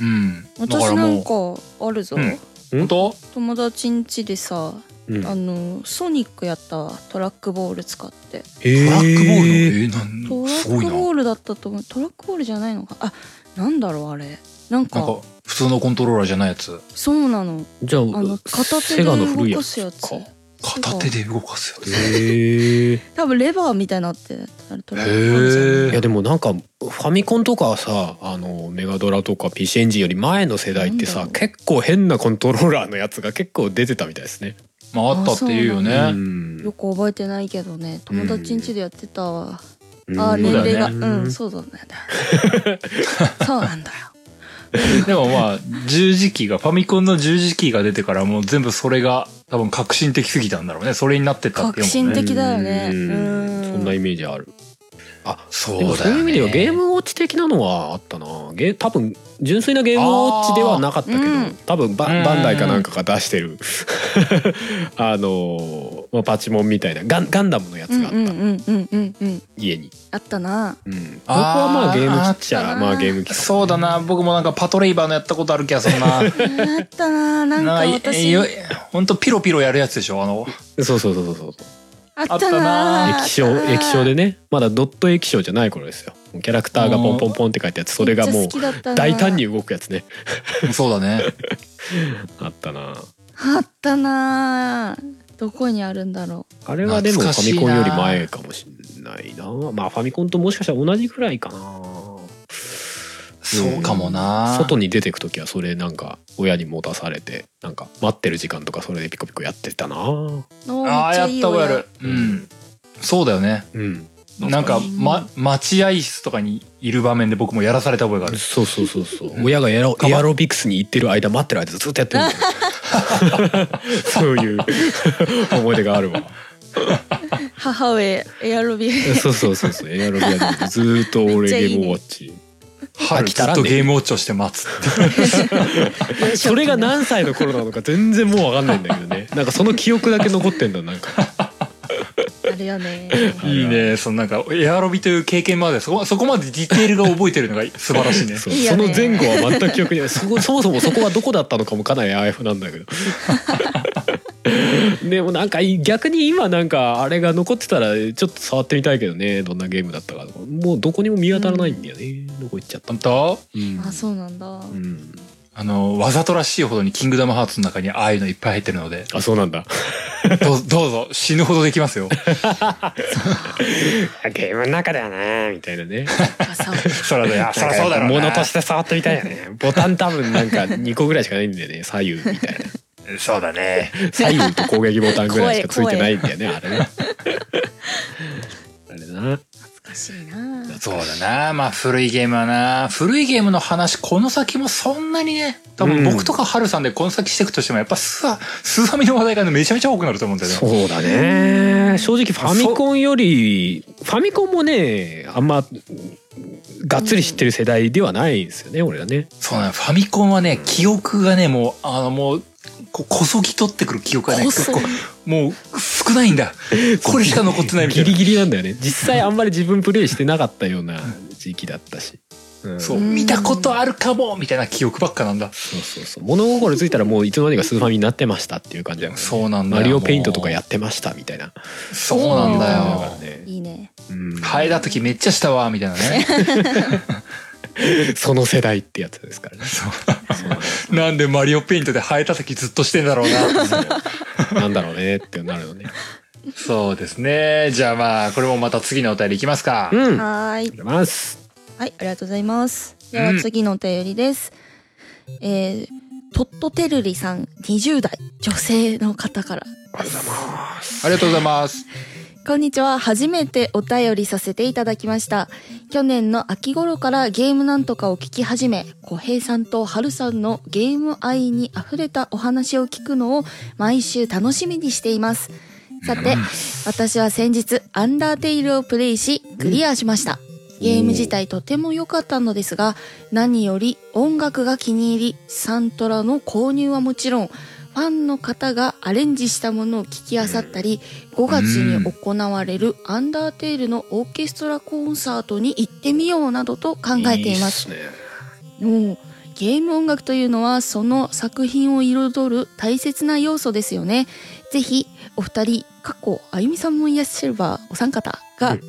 うんだから私なもうんかあるぞ、うん本当友達ん家でさうん、あのソニックやったわトラックボール使っトてラックボールのへーえトー、なラんすッごいクなボールだったと思うトラックボールじゃないのかあなんだろうあれなんかなんか普通のコントローラーじゃないやつそうなのじゃああの片手でセガの古い動やかすやつつか。片手で動かすやつへえ。多分レバーみたいになってあれトラックボールじゃないいへやえでもなんかファミコンとかさあのメガドラとか PC エンジンより前の世代ってなさんだ結構変なコントローラーのやつが結構出てたみたいですね。まああったっていうよねうよくん覚えてないけどね友達ん家でやってたわ、うんあーそ年うだよね齢がう,、んそそうなんだよね そうなんだよ でもまあ十字キーがファミコンの十字キーが出てからもう全部それが多分革新的すぎたんだろうねそれになってったっていうもん革ね新的だよねうんそんなイメージある。そうでもそういう意味ではゲームウォッチ的なのはあったな。ゲー多分純粋なゲームウォッチではなかったけど、あーうん多分バうんバンダイかなんかが出してる あのまあパチモンみたいなガンガンダムのやつうんがあうった、んうんうんうんうん家に。あったなうん、僕あーはまあゲーム機っちあゃったなまあゲーム機そうだな僕もなんかパトレイバーのやったことある気がするなあったななんか私なほんとピロピロやるやつでしょあのそうそうそうそうそうあったなあ液晶液晶でねまだドット液晶じゃない頃ですよもうキャラクターがポンポンポンって書いてあってそれがもうう大胆に動くやつねそうだねあったなあったなどこにあるんだろあれはでもフ懐かしァいミなコンより前かもしんないなまあファミコンともしかしたら同じくらいかなそうかもな外にに出てく時はそれなんか親に持たされてなんか待ってる時間とかそれでピコピコやってたなうおーああめっちやゃっいいた覚えあ親るうんそうだよねうんなんか、ま、待合室とかにいる場面で僕もやらされた覚えがあるそうそうそうそう。親がエアロエアロビクスに行ってる間待ってる間ずっとやってるんだよ。 そういう思い出があるわ。母上エアロビそうそうそうそう。エアロビアでずーっとめっ俺ちゃゲいいねームウォッチ。春飽きずたっらとねゲームウォッチをして待つってそれが何歳の頃なのか全然もうわかんないんだけど ね。なんかその記憶だけ残ってんだなんか。あれよ ねいいいねそのなんかエアロビという経験までそこそこまでディテールが覚えてるの が素晴らしいねそういいよそのね前後は全く記憶にないそ こそもそもそこはどこだったのかもかなりあやふなんだけど でもなんか逆に今なんかあれが残ってたらちょっと触ってみたいけどねどんなゲームだったかとかもうどこにも見当たらないんだよね、どこ行っちゃった本当うんあそうなんだうんあのわざとらしいほどに「キングダムハーツ」の中にああいうのいっぱい入ってるのであそうなんだど うどうぞ死ぬほどできますよ ゲームの中だよねみたい なねあそう そらだよそらそうだろうな物として触ってみたいよねボタン多分なんか2個ぐらいしかないんだよね左右みたいなそうだね左右と攻撃ボタンぐらいしかついてないんだよねあれねあれな懐かしいなそうだな。まあ古いゲームはな。古いゲームの話、この先もそんなにね、多分僕とかハルさんでこの先していくとしても、やっぱスー、スーファミの話題がねめちゃめちゃ多くなると思うんだよね。そうだね正直ファミコンよりファミコンもねあんまがっつり知ってる世代ではないですよね俺らねそうなの。ファミコンはね、記憶がね、もう、あの、もう、ここそぎ取ってくる記憶がね、こそ結構、もう、少ないん だ。これしか残ってないみたギいなリ。ギリなんだよね実際あんまり自分プレイしてなかったような時期だったし、うんそうう。うん見たことあるかもみたいな記憶ばっかなんだ。そうそうそう物心ついたらもういつの間にかスーファミになってましたっていう感じだもんねそうなんだよ。マリオペイントとかやってましたみたいなもうそうなんだだよか。らはいねいいねうん生えた時めっちゃしたわ、みたいなね。 その世代ってやつです からねそう。なんでマリオペイントで生えた時ずっとしてんだろうな。なんだろうねってなるよねそうですね。じゃあまあ、これもまた次のお便りいきますか。うんありがとうはーいございますはい、ありがとうございます。ではうん次のお便りです。えー、トットテルリさん、20代、女性の方から。ありがとうございますありがとうございます。こんにちは。初めてお便りさせていただきました。去年の秋頃からゲームなんとかを聞き始め、小平さんと春さんのゲーム愛に溢れたお話を聞くのを毎週楽しみにしています。さて、私は先日、アンダーテイルをプレイし、クリアしました。ゲーム自体とても良かったのですが、何より音楽が気に入り、サントラの購入はもちろん、ファンの方がアレンジしたものを聞きあさったり、5月に行われるアンダーテイルのオーケストラコンサートに行ってみようなどと考えています。いいっねもうゲーム音楽というのはその作品を彩る大切な要素ですよね。ぜひお二人、過去あゆみさんもいらっしゃればお三方が、う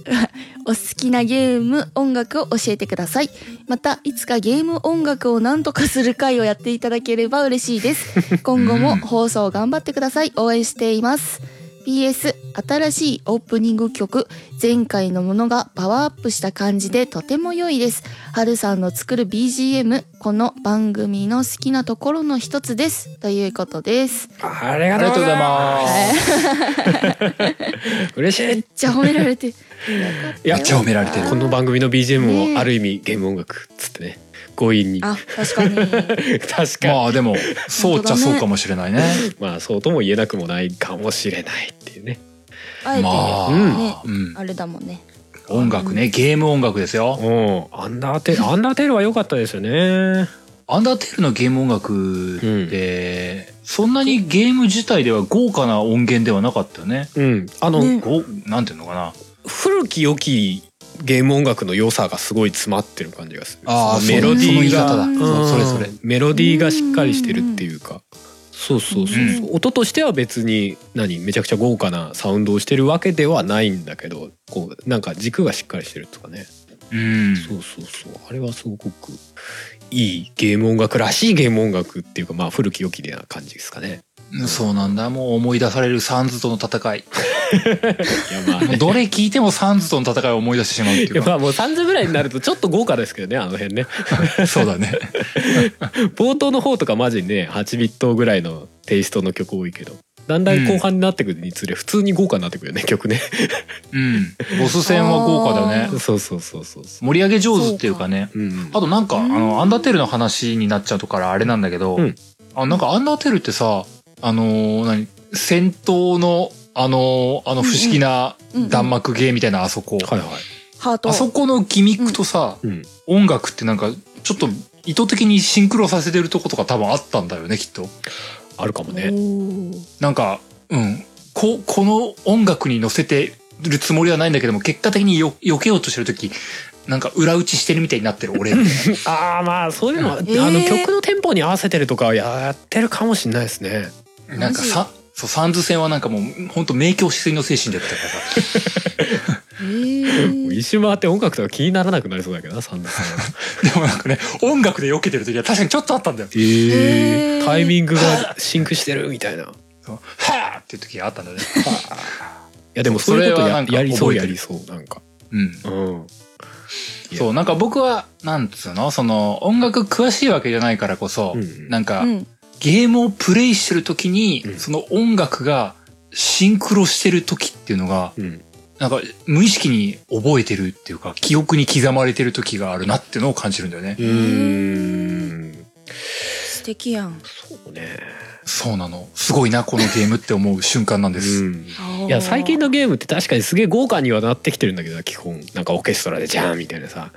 お好きなゲーム音楽を教えてください。またいつかゲーム音楽を何とかする回をやっていただければ嬉しい です。今後も放送頑張ってください。応援しています。PS 新しいオープニング曲前回のものがパワーアップした感じでとても良いですはるさんの作る BGM この番組の好きなところの一つですということですありあがりがととうごうございざいまます。す嬉しいめっちゃ褒められてよかったいやめっちゃ褒められてるこの番組の BGM ねをある意味ゲーム音楽っつってね強引にあ確かに確かにまあでも、そうっちゃそうかもしれないね。まあそうとも言えなくもないかもしれないっていうねあえて、まあ、ねうん。あれだもんね音楽ね、ゲーム音楽ですよ。うんアンダーテールアンダーテールは良かったですよねアンダーテールのゲーム音楽って、そんなにゲーム自体では豪華な音源ではなかったよね。うんあの、ねごなんていうのかな。古き良きゲーム音楽の良さがすごい詰まってる感じがするあーそのメロディーそがの言い方だうんそれそれメロディーがしっかりしてるっていうかそうそうそうそう、う音としては別に何めちゃくちゃ豪華なサウンドをしてるわけではないんだけどこうなんか軸がしっかりしてるとかねうん。そうそうそうあれはすごくいいゲーム音楽らしいゲーム音楽っていうかまあ古き良きな感じですかねそうなんだ。もう思い出されるサンズとの戦 い。いやまあもう どれ聞いてもサンズとの戦いを思い出してしまうっていいやうまか。 あもう30ぐらいになるとちょっと豪華ですけどねあの辺ねそうだね。冒頭の方とかマジね8ビットぐらいのテイストの曲多いけどだんだん後半になってくるにつれ普通に豪華になってくるよね曲ねうん。ボス戦は豪華だあーね。 そうそうそうそうそ盛り上げ上手っていうかね。う、うん、あとなんか、あうんの、アンダーテールの話になっちゃうとからあれなんだけど、うんあなんかアンダーテールってさ、あのー何戦闘の、あのーあの不思議なうんうん弾幕ゲーみたいなあそこ。はいはいハートあそこのギミックとさ、うん音楽ってなんか、ちょっと意図的にシンクロさせてるとことか多分あったんだよね、きっと。あるかもおねーなんか、うん。こ、この音楽に乗せてるつもりはないんだけども、結果的によ、避けようとしてるとき、なんか裏打ちしてるみたいになってる 俺みたいな。ああまあそういうのは、ーあの曲のテンポに合わせてるとかやってるかもしれないですねなんかさ、そう、サンズ戦はなんかもう、ほんと名教止水の精神だったから さ。えもうー一周回って音楽とか気にならなくなりそうだけどなサンダさんはでもなんかね、音楽で避けてるときは確かにちょっとあったんだよ。 えーへータイミングがシンクしてるみたいないそうはぁっていうときがあったんだよね。やでもそういうことそれはなやんかやりそ覚えうてやるりそうなんかうん。うんいやそう、なんか僕は、なんつうのその、音楽詳しいわけじゃないからこそ、うんなんか、うんゲームをプレイしてるときに、うんその音楽がシンクロしてるときっていうのが、うんなんか無意識に覚えてるっていうか、記憶に刻まれてる時があるなっていうのを感じるんだよね。うーん素敵やんそうねそうなの。すごいな、このゲームって思う瞬間なんです。うんいや最近のゲームって確かにすげえ豪華にはなってきてるんだけどな基本なんかオーケストラでジャーンみたいなさ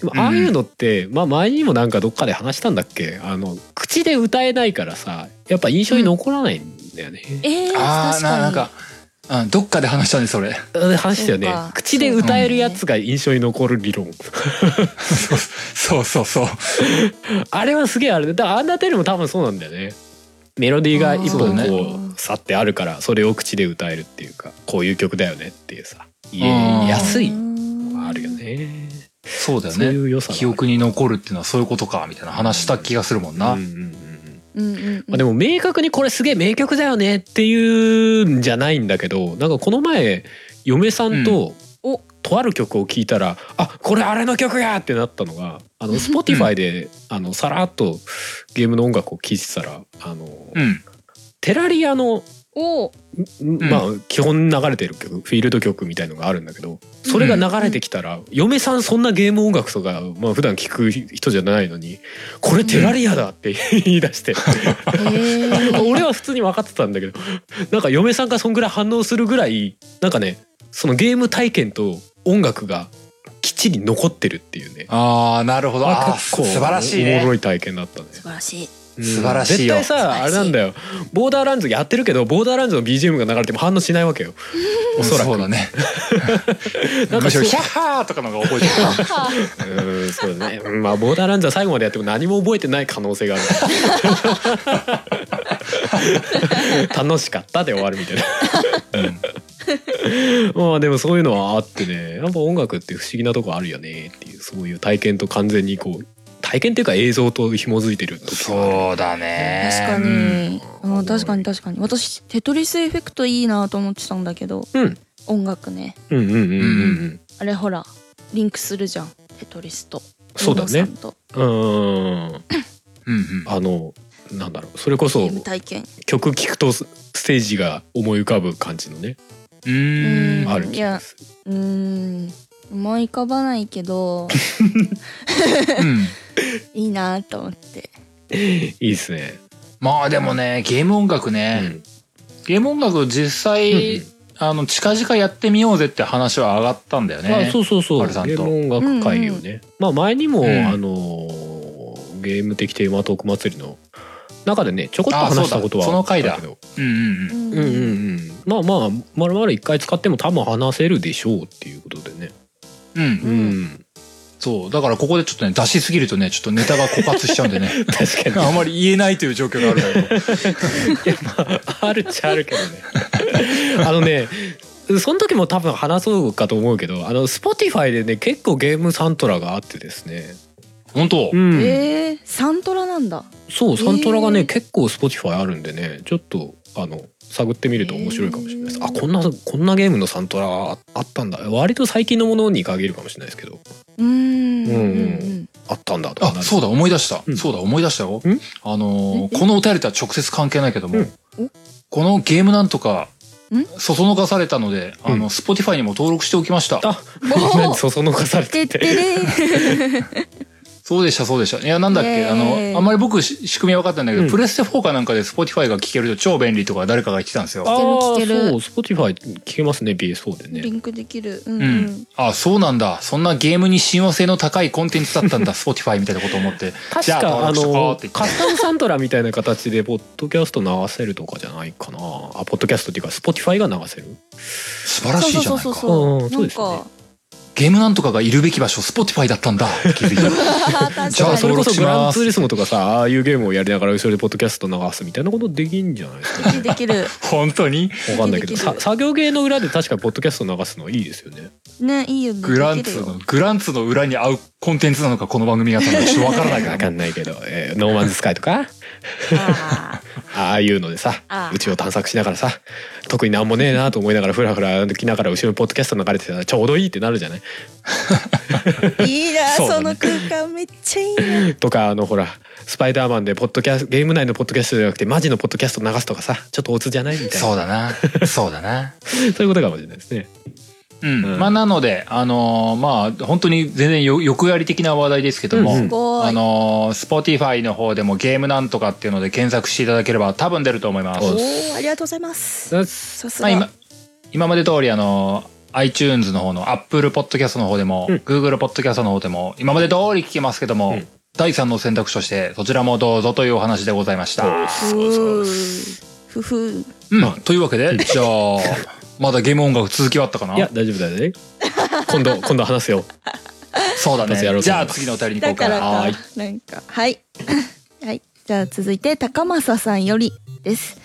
でもうんああいうのって、まあ前にもなんかどっかで話したんだっけあの口で歌えないからさやっぱ印象に残らないんだよね、えー、あ確ーかな、になんか、うん、どっかで話したね、それ。 うん話したよねそうか口で歌えるやつが印象に残る理論そうそうそう。あれはすげえあれだからアンダーテールも多分そうなんだよねメロディーが一本あーそうこだねうさってあるからそれを口で歌えるっていうかこういう曲だよねっていうさ言あえー安いののがあるよねそうだよそういね。う良さがある記憶に残るっていうのはそういうことか、みたいな話した気がするもんな。うんうんうんううんんうんうんまあ、でも明確にこれすげえ名曲だよねっていうんじゃないんだけどなんかこの前嫁さんと、おとある曲を聴いたら「あこれあれの曲や!」ってなったのが あの Spotify であのさらっとゲームの音楽を聴いてたらあの、うん。テラリアのおおんまあ基本流れてる曲フィールド曲みたいのがあるんだけどそれが流れてきたら、嫁さんそんなゲーム音楽とか、まあ普段聞く人じゃないのに「これテラリアだ!」って言い出 してへえ 俺は普通に分かってたんだけどなんか嫁さんがそんぐらい反応するぐらいなんかねそのゲーム体験と音楽がきっちり残ってるっていうねああなるほどあー結構素晴らしいおもろねい体験だったね素晴らしいうん素晴らしいよ絶対さあれなんだよボーダーランズやってるけどボーダーランズの BGM が流れても反応しないわけよおそらくそうだねなむんかしそうろ「ヒャッハー!」とかの方が覚えてるうんそうだねうんまあボーダーランズは最後までやっても何も覚えてない可能性があ る楽しかったで終わるみたいなまあでもそういうのはあってねやっぱ音楽って不思議なとこあるよねっていうそういう体験と完全にこう体験っていうか映像と紐づいてる時があるそうだね確かに、うんあー確かに確かに私テトリスエフェクトいいなと思ってたんだけどうん音楽ねうんうんうんうんうんあれほらリンクするじゃんテトリスとそうだね運動さんとうんうんうんあのなんだろうそれこゲそーム体験曲聴くとスステージが思い浮かぶ感じのねうーんうんある気がすうるーん思い浮かばないけ うどんいいなと思っていいですね、まあでもねゲーム音楽うね、ん、ゲーム音楽実際、うんうんあの近々やってみようぜって話は上がったんだよねあそうそうそう丸さんとゲーム音楽会をね、まあ前にも、うんあのーゲーム的テーマトーク祭りの中でねちょこっとあそうだ話したことはその回だあったけどうんうんうんんうんうんうんまあまあまるまる一回使っても多分話せるでしょうっていうことでねうんうん、そうだからここでちょっとね出しすぎるとねちょっとネタが枯渇しちゃうんでね確か に あまり言えないという状況があるんだけどあるっちゃあるけどねあのね その時も多分話そうかと思うけどあの Spotify でね結構ゲームサントラがあってですね本当、んえー、サントラなんだそうサントラがね、えー結構 Spotify あるんでねちょっとあの探ってみると面白いかもしれないです、えーあこんなこんなゲームのサントラああったんだ割と最近のものに限るかもしれないですけどうーんうんうんあったんだとかあそうだ思い出した、うんそうだ思い出したよんあのーえこのお便りとは直接関係ないけども、うんおこのゲームなんとかんそそのかされたので、あうんの Spotify にも登録しておきましたあおー 何 そそのかされててっててれーそうでした、そうでした。いや、なんだっイけ、エーあイの、あんまり僕し仕組みは分かったんだけど、うんプレステ4かなんかで Spotify が聞けると超便利とか誰かが言ってたんですよ。あ聞けるーそう Spotify 聞けますね BS4 でリねンクできるうんううんん、。あ、そうなんだ。そんなゲームに親和性の高いコンテンツだったん だ、Spotify みたいなこと思って。確じゃあかあ登録しとこうのって言ってカスタムサントラみたいな形でポッドキャスト流せるとかじゃないかなあポッドキャストっていうか Spotify が流せる素晴らしいじゃないそうそうか。うんうそんうそうなんですよねかゲームなんとかがいるべき場所、Spotify だったんだって気づいた。確かにじゃあ それこ登録しまそすグランツーリスモとかさああいうゲームをやりながら後ろでポッドキャスト流すみたいなことできんじゃないです かできるできる本当にわかんないけどできるさ作業芸の裏で確かポッドキャスト流すのいいですよねねいいよねグランできツるよの、グランツの裏に合うコンテンツなのか、この番組がちょっとわからない からわ。かんないけど、えーノーマンズスカイとかあああいうのでさああうちを探索しながらさ特になんもねえなと思いながらふらふら来ながら後ろにポッドキャスト流れてたらちょうどいいってなるじゃないーいいなそうだそのね空間めっちゃいいなとかあのほらスパイダーマンでポッドキャスゲーム内のポッドキャストじゃなくてマジのポッドキャスト流すとかさちょっとオツじゃないみたいなそうだな。そうだ な。そういうことかもしれないですねうん。うんまあ、なので、あのーまあ、本当に全然よ、欲やり的な話題ですけども、うんうすんごいあのー、Spotify の方でもゲームなんとかっていうので検索していただければ多分出ると思いまおす。うおおありがとうございますさすまがあ、今、今まで通りあのー iTunes の方の Apple Podcast の方でも、うん Google Podcast の方でも、今まで通り聞けますけども、うん第3の選択肢として、そちらもどうぞというお話でございました。うーふふうん。というわけで、じゃあ、まだゲーム音楽続きはあったかないや大丈夫だよね今度今度話すよそうだ一発やろね。うとじ思ゃいあます次のお便りに行こだうかからな。かはいなんかはい はいじゃあ続いて高政さんよりです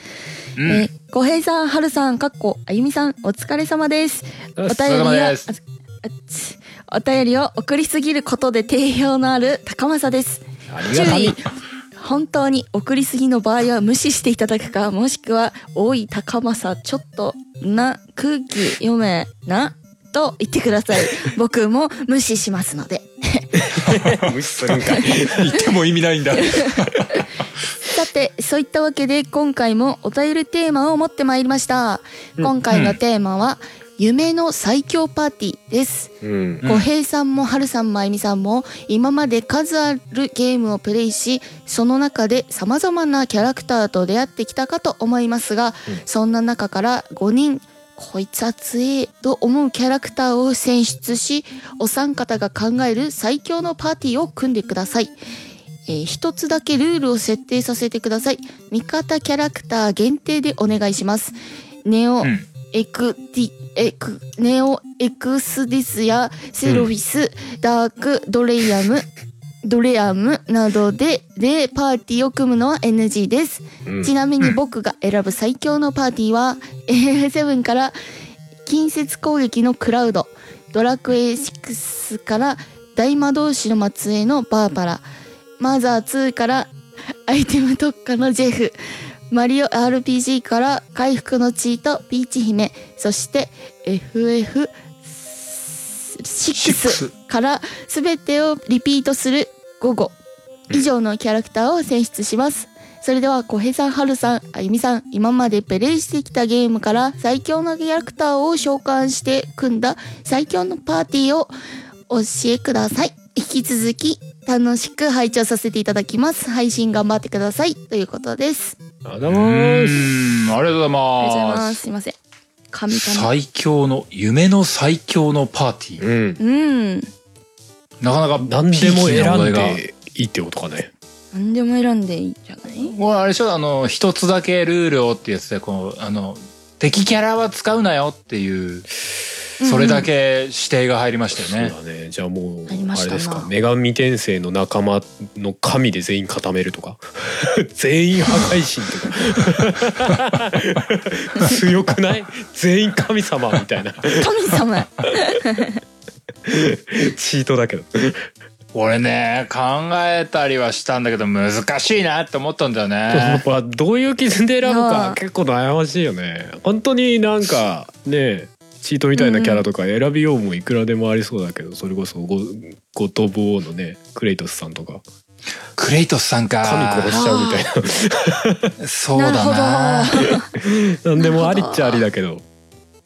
うんえー小平さん春さんかっこあゆみさんお疲れ様ですお便りお疲れ様をですあつお便りを送りすぎることで定評のある高政ですあり注がたみ意本当に送りすぎの場合は無視していただくかもしくは「おい高政ちょっとな空気読めな」と言ってください僕も無視しますので無視するんかい。言っても意味ないんだ。ささてそういったわけで今回もお便りテーマを持ってまいりましたうん今回のテーマは「夢の最強パーティー」ですうんうん小平さんもはるさんまゆみさんも今まで数あるゲームをプレイしその中でさまざまなキャラクターと出会ってきたかと思いますが、うんそんな中から5人こいつは強えと思うキャラクターを選出しお三方が考える最強のパーティーを組んでください。えー一つだけルールを設定させてください。味方キャラクター限定でお願いします。ネオ、うんエクティ、エク、ネオ、エクスディスやセロフィス、ダーク、ドレイアム、ドレアムなどで、で、パーティーを組むのは NG です。うんちなみに僕が選ぶ最強のパーティーは、AL7 から近接攻撃のクラウド、ドラクエ6から大魔導士の末裔のバーバラ、マザー2からアイテム特化のジェフ、マリオ RPG から回復のチート、ピーチ姫、そして FF6 から全てをリピートする午後以上のキャラクターを選出します。それでは小平さん、春さん、あゆみさん、今までプレイしてきたゲームから最強のキャラクターを召喚して組んだ最強のパーティーを教えください。引き続き楽しく拝聴させていただきます。配信頑張ってください。ということです。ありがとううございますんありがとうございありがとうごまざいますす。すいません。神々。最強の夢の最強のパーティー、うんうん。なかなか何でもピーキーな選んお題がでいいってことかね何でも選んでいいんじゃないこれあれでしょあの一つだけルールをってやつでこうあの敵キャラは使うなよっていうそれだけ指定が入りましたよね、そうだねじゃあもうありまあしたれなですか女神転生の仲間の神で全員固めるとか 全員破壊神と か強くない全員神様みたいな 神様。チートだけど俺ね考えたりはしたんだけど難しいなって思ったんだよねまあどういう基準で選ぶいかや結構悩ましいよね本当になんかねチートみたいなキャラとか選びようもいくらでもありそうだけどそれこそゴゴッド・オブ・ウォーのねクレイトスさんとかクレイトスさんか神殺しちゃうみたいなそうだななるほど。 何でもありっちゃありだけど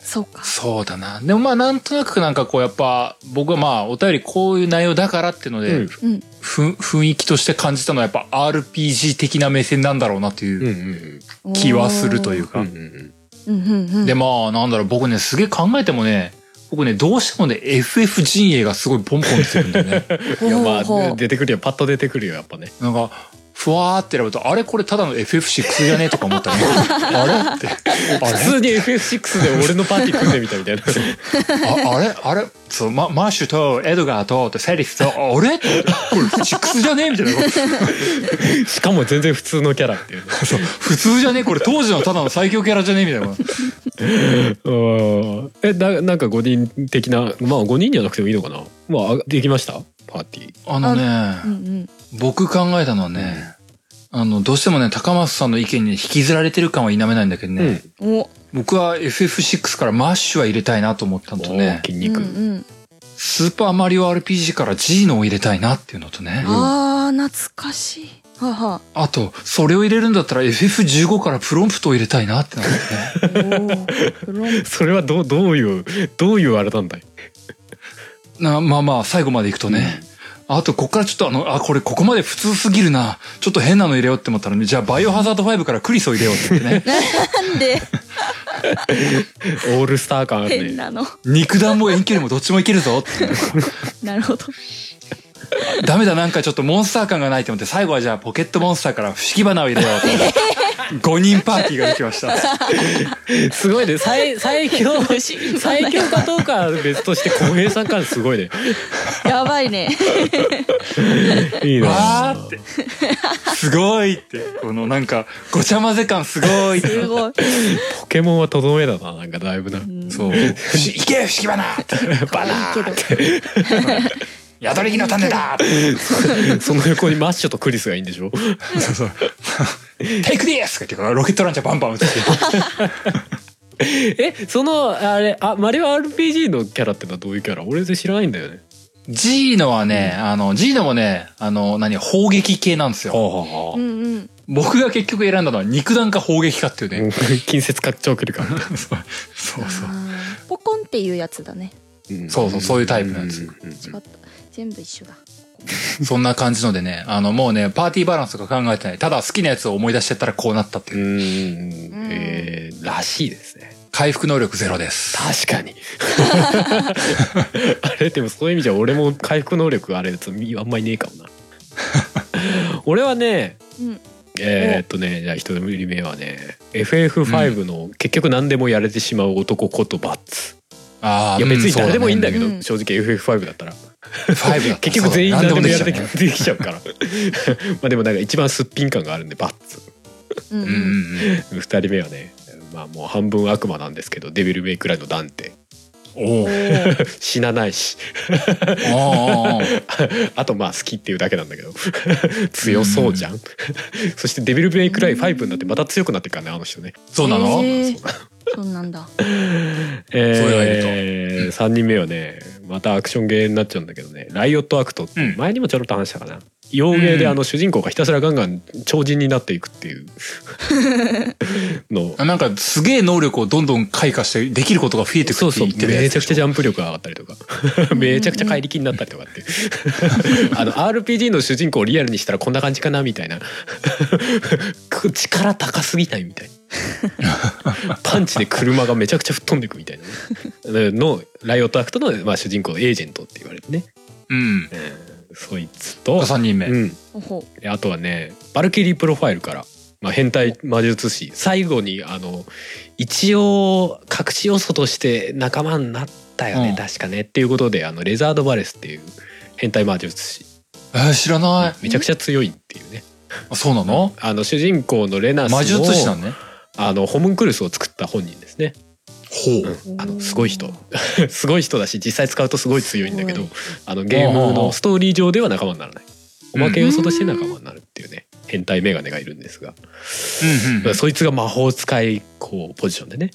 そうか。そうだなでもまあなんとなくなんかこうやっぱ僕はまあお便りこういう内容だからっていうので、うんうん。。ふん雰囲気として感じたのはやっぱ RPG 的な目線なんだろうなってうんいううんうん気はするといううか、うんうんうんうんうん。でまあなんだろう僕ねすげえ考えてもね僕ねどうしてもね FF 陣営がすごいポンポンしてくるんだよ ねいやまほうほあう出てくるよパッと出てくるよやっぱねなんかふわーって選ぶとあれこれただの FF6 じゃねえとか思った ねあれってあれ普通に FF6 で俺のパーティー組んでみた みたいなああれあれそうママーシュとエドガーとセリスとああれこれ6じゃねえみたいなしかも全然普通のキャラっていうねそう普通じゃねえこれ当時のただの最強キャラじゃねえみたいなうんえだなんか5人的なまあ5人じゃなくてもいいのかなまあできましたパーティーあのうんねうん。僕考えたのはねあのどうしてもね高松さんの意見に引きずられてる感は否めないんだけどね、お。僕は FF6 からマッシュは入れたいなと思ったうんのとおーね筋うんう肉、ん。スーパーマリオ RPG からジーノを入れたいなっていうのとねあー、懐かしい。はは。あとそれを入れるんだったら FF15 からプロンプトを入れたいなってなったね おーフロンそれはどうどういうどういうあれなんだいなまあまあ最後までいくとね、あとこっからちょっとあのあこれここまで普通すぎるなちょっと変なの入れようって思ったらねじゃあバイオハザード5からクリスを入れようって言ってね なんでオールスター感ある変ねなの。肉弾も遠距離もどっちもいけるぞって。 なるほど。ダメだ、なんかちょっとモンスター感がないと思って、最後はじゃあポケットモンスターから不思議花を入れようと。5人パーティーができました。 すごいね最最強最強かどうかは別として小平さんからすごいねやばいね。いいなわーって。すごいって。このなんか、ごちゃ混ぜ感すごいって。すごい。ポケモンはとどめだななんかだいぶなそう。不思いけ不思議花バナー宿り木の種だその横にマッシュとクリスがいいんでしょそう そう。テイクですってロケットランチャーバンバン撃ってえそのあれあマリオ RPG のキャラってのはどういうキャラ俺全然知らないんだよねジーノはね、あの、ジーノもね、あの、何、砲撃系なんですよ。ほうほううんうん。僕が結局選んだのは肉弾か砲撃かっていうね。近接拡張くるから。そうそうそう。あーポコンっていうやつだね。そうそうそういうタイプのやつうんうんうん違った。全部一緒だ。そんな感じのでね、あの、もうね、パーティーバランスとか考えてない。ただ好きなやつを思い出してったらこうなったっていうう。ーん、えー、らしいですね。回復能力ゼロです。確かに。あれ、でもそういう意味じゃ俺も回復能力があれやつみあんまりねえかもな。俺はね、うん。えー、っとね、じゃあ一人目はね、FF5 の結局何でもやれてしまう男ことバッツ。ああ、いや別に誰でもいいんだけけど、うん正直 FF5 だったら。ど。5だった 結局全員何でもやれてそう何でもできちゃうねできちゃうから。まあでもなんか一番すっぴん感があるんで、バッツ。うんううんうんん。 2人目はねまあもう半分悪魔なんですけどデビルメイクライのダンテ うん。おおうー死なないしおうおうおうあとまあ好きっていうだけなんだけど 強そうじゃん、そしてデビルメイクライ5になってまた強くなってからねあの人ねそうなへのーそうそんなんだ。れえー、3人目はねまたアクションゲーになっちゃうんだけどねライオットアクトってうん前にもちょろっと話したかな洋芸であの主人公がひたすらガンガン超人になっていくっていうのなんかすげえ能力をどんどん開花してできることが増えてくそうってそう言めってるやつちゃくちゃジャンプ力が上がったりとか めちゃくちゃ怪力になったりとかっていう あの RPG の主人公をリアルにしたらこんな感じかなみたいな く力高すぎないみたい なパンチで車がめちゃくちゃ吹っ飛んでくみたいなねのライオットアクトの、まあ、主人公のエージェントって言われてねうん。そいつと、 3人目。うん、おほ。であとはねバルキリープロファイルから、まあ、変態魔術師最後にあの一応隠し要素として仲間になったよね、うん確かねっていうことであのレザードバレスっていう変態魔術師えー知らない。めちゃくちゃ強いっていうねあそうなのあの主人公のレナスの魔術師なのね。あのホムンクルスを作った本人ですね、ほう。うん、あのすごい人 すごい人だし実際使うとすごい強いんだけすどごいあのゲームのストーリー上では仲間にならないおまけ要素として仲間になるっていうね変態メガネがいるんですがうんうんそいつが魔法使いこうポジションでね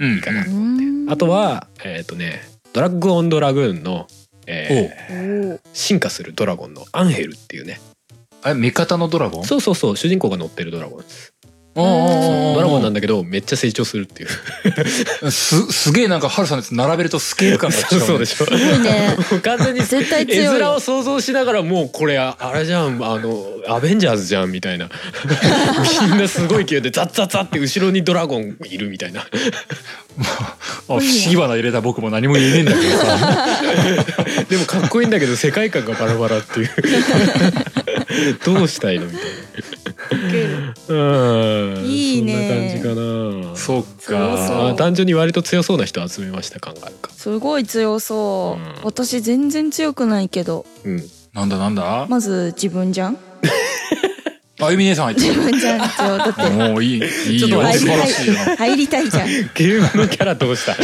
うん。うんいいかなうーんあと。はえっ、とねドラッグ・オン・ドラグーンの、えーおー進化するドラゴンのアンヘルっていうねえ、味方のドラゴンそうそうそう主人公が乗ってるドラゴンですおうおうおうおうドラゴンなんだけどめっちゃ成長するっていうす、すげえなんか、ハルさんのやつ並べるとスケール感が違う、そう そうでしすょごい ね。完全に絶対絵強い面をよ。想像しながらもうこれあれじゃんあのアベンジャーズじゃんみたいなみんなすごい勢いでザッザッザッって後ろにドラゴンいるみたいなあ、不思議花入れた僕も何も言えねえんだけど さ。でもかっこいいんだけど世界観がバラバラっていうどうしたいのみたいなうんいいねそんな感じかなそっ強そうあか。ー単純に割と強そうな人集めました感があるかすごい強そううん。私全然強くないけど、うんなんだなんだまず自分じゃん。あゆみ姉さん入っ自 分じゃん。一応だっててる。もういい、いいちょっよ。と素待って晴らしいよ。入りたいじゃん。 ゲームのキャラどう した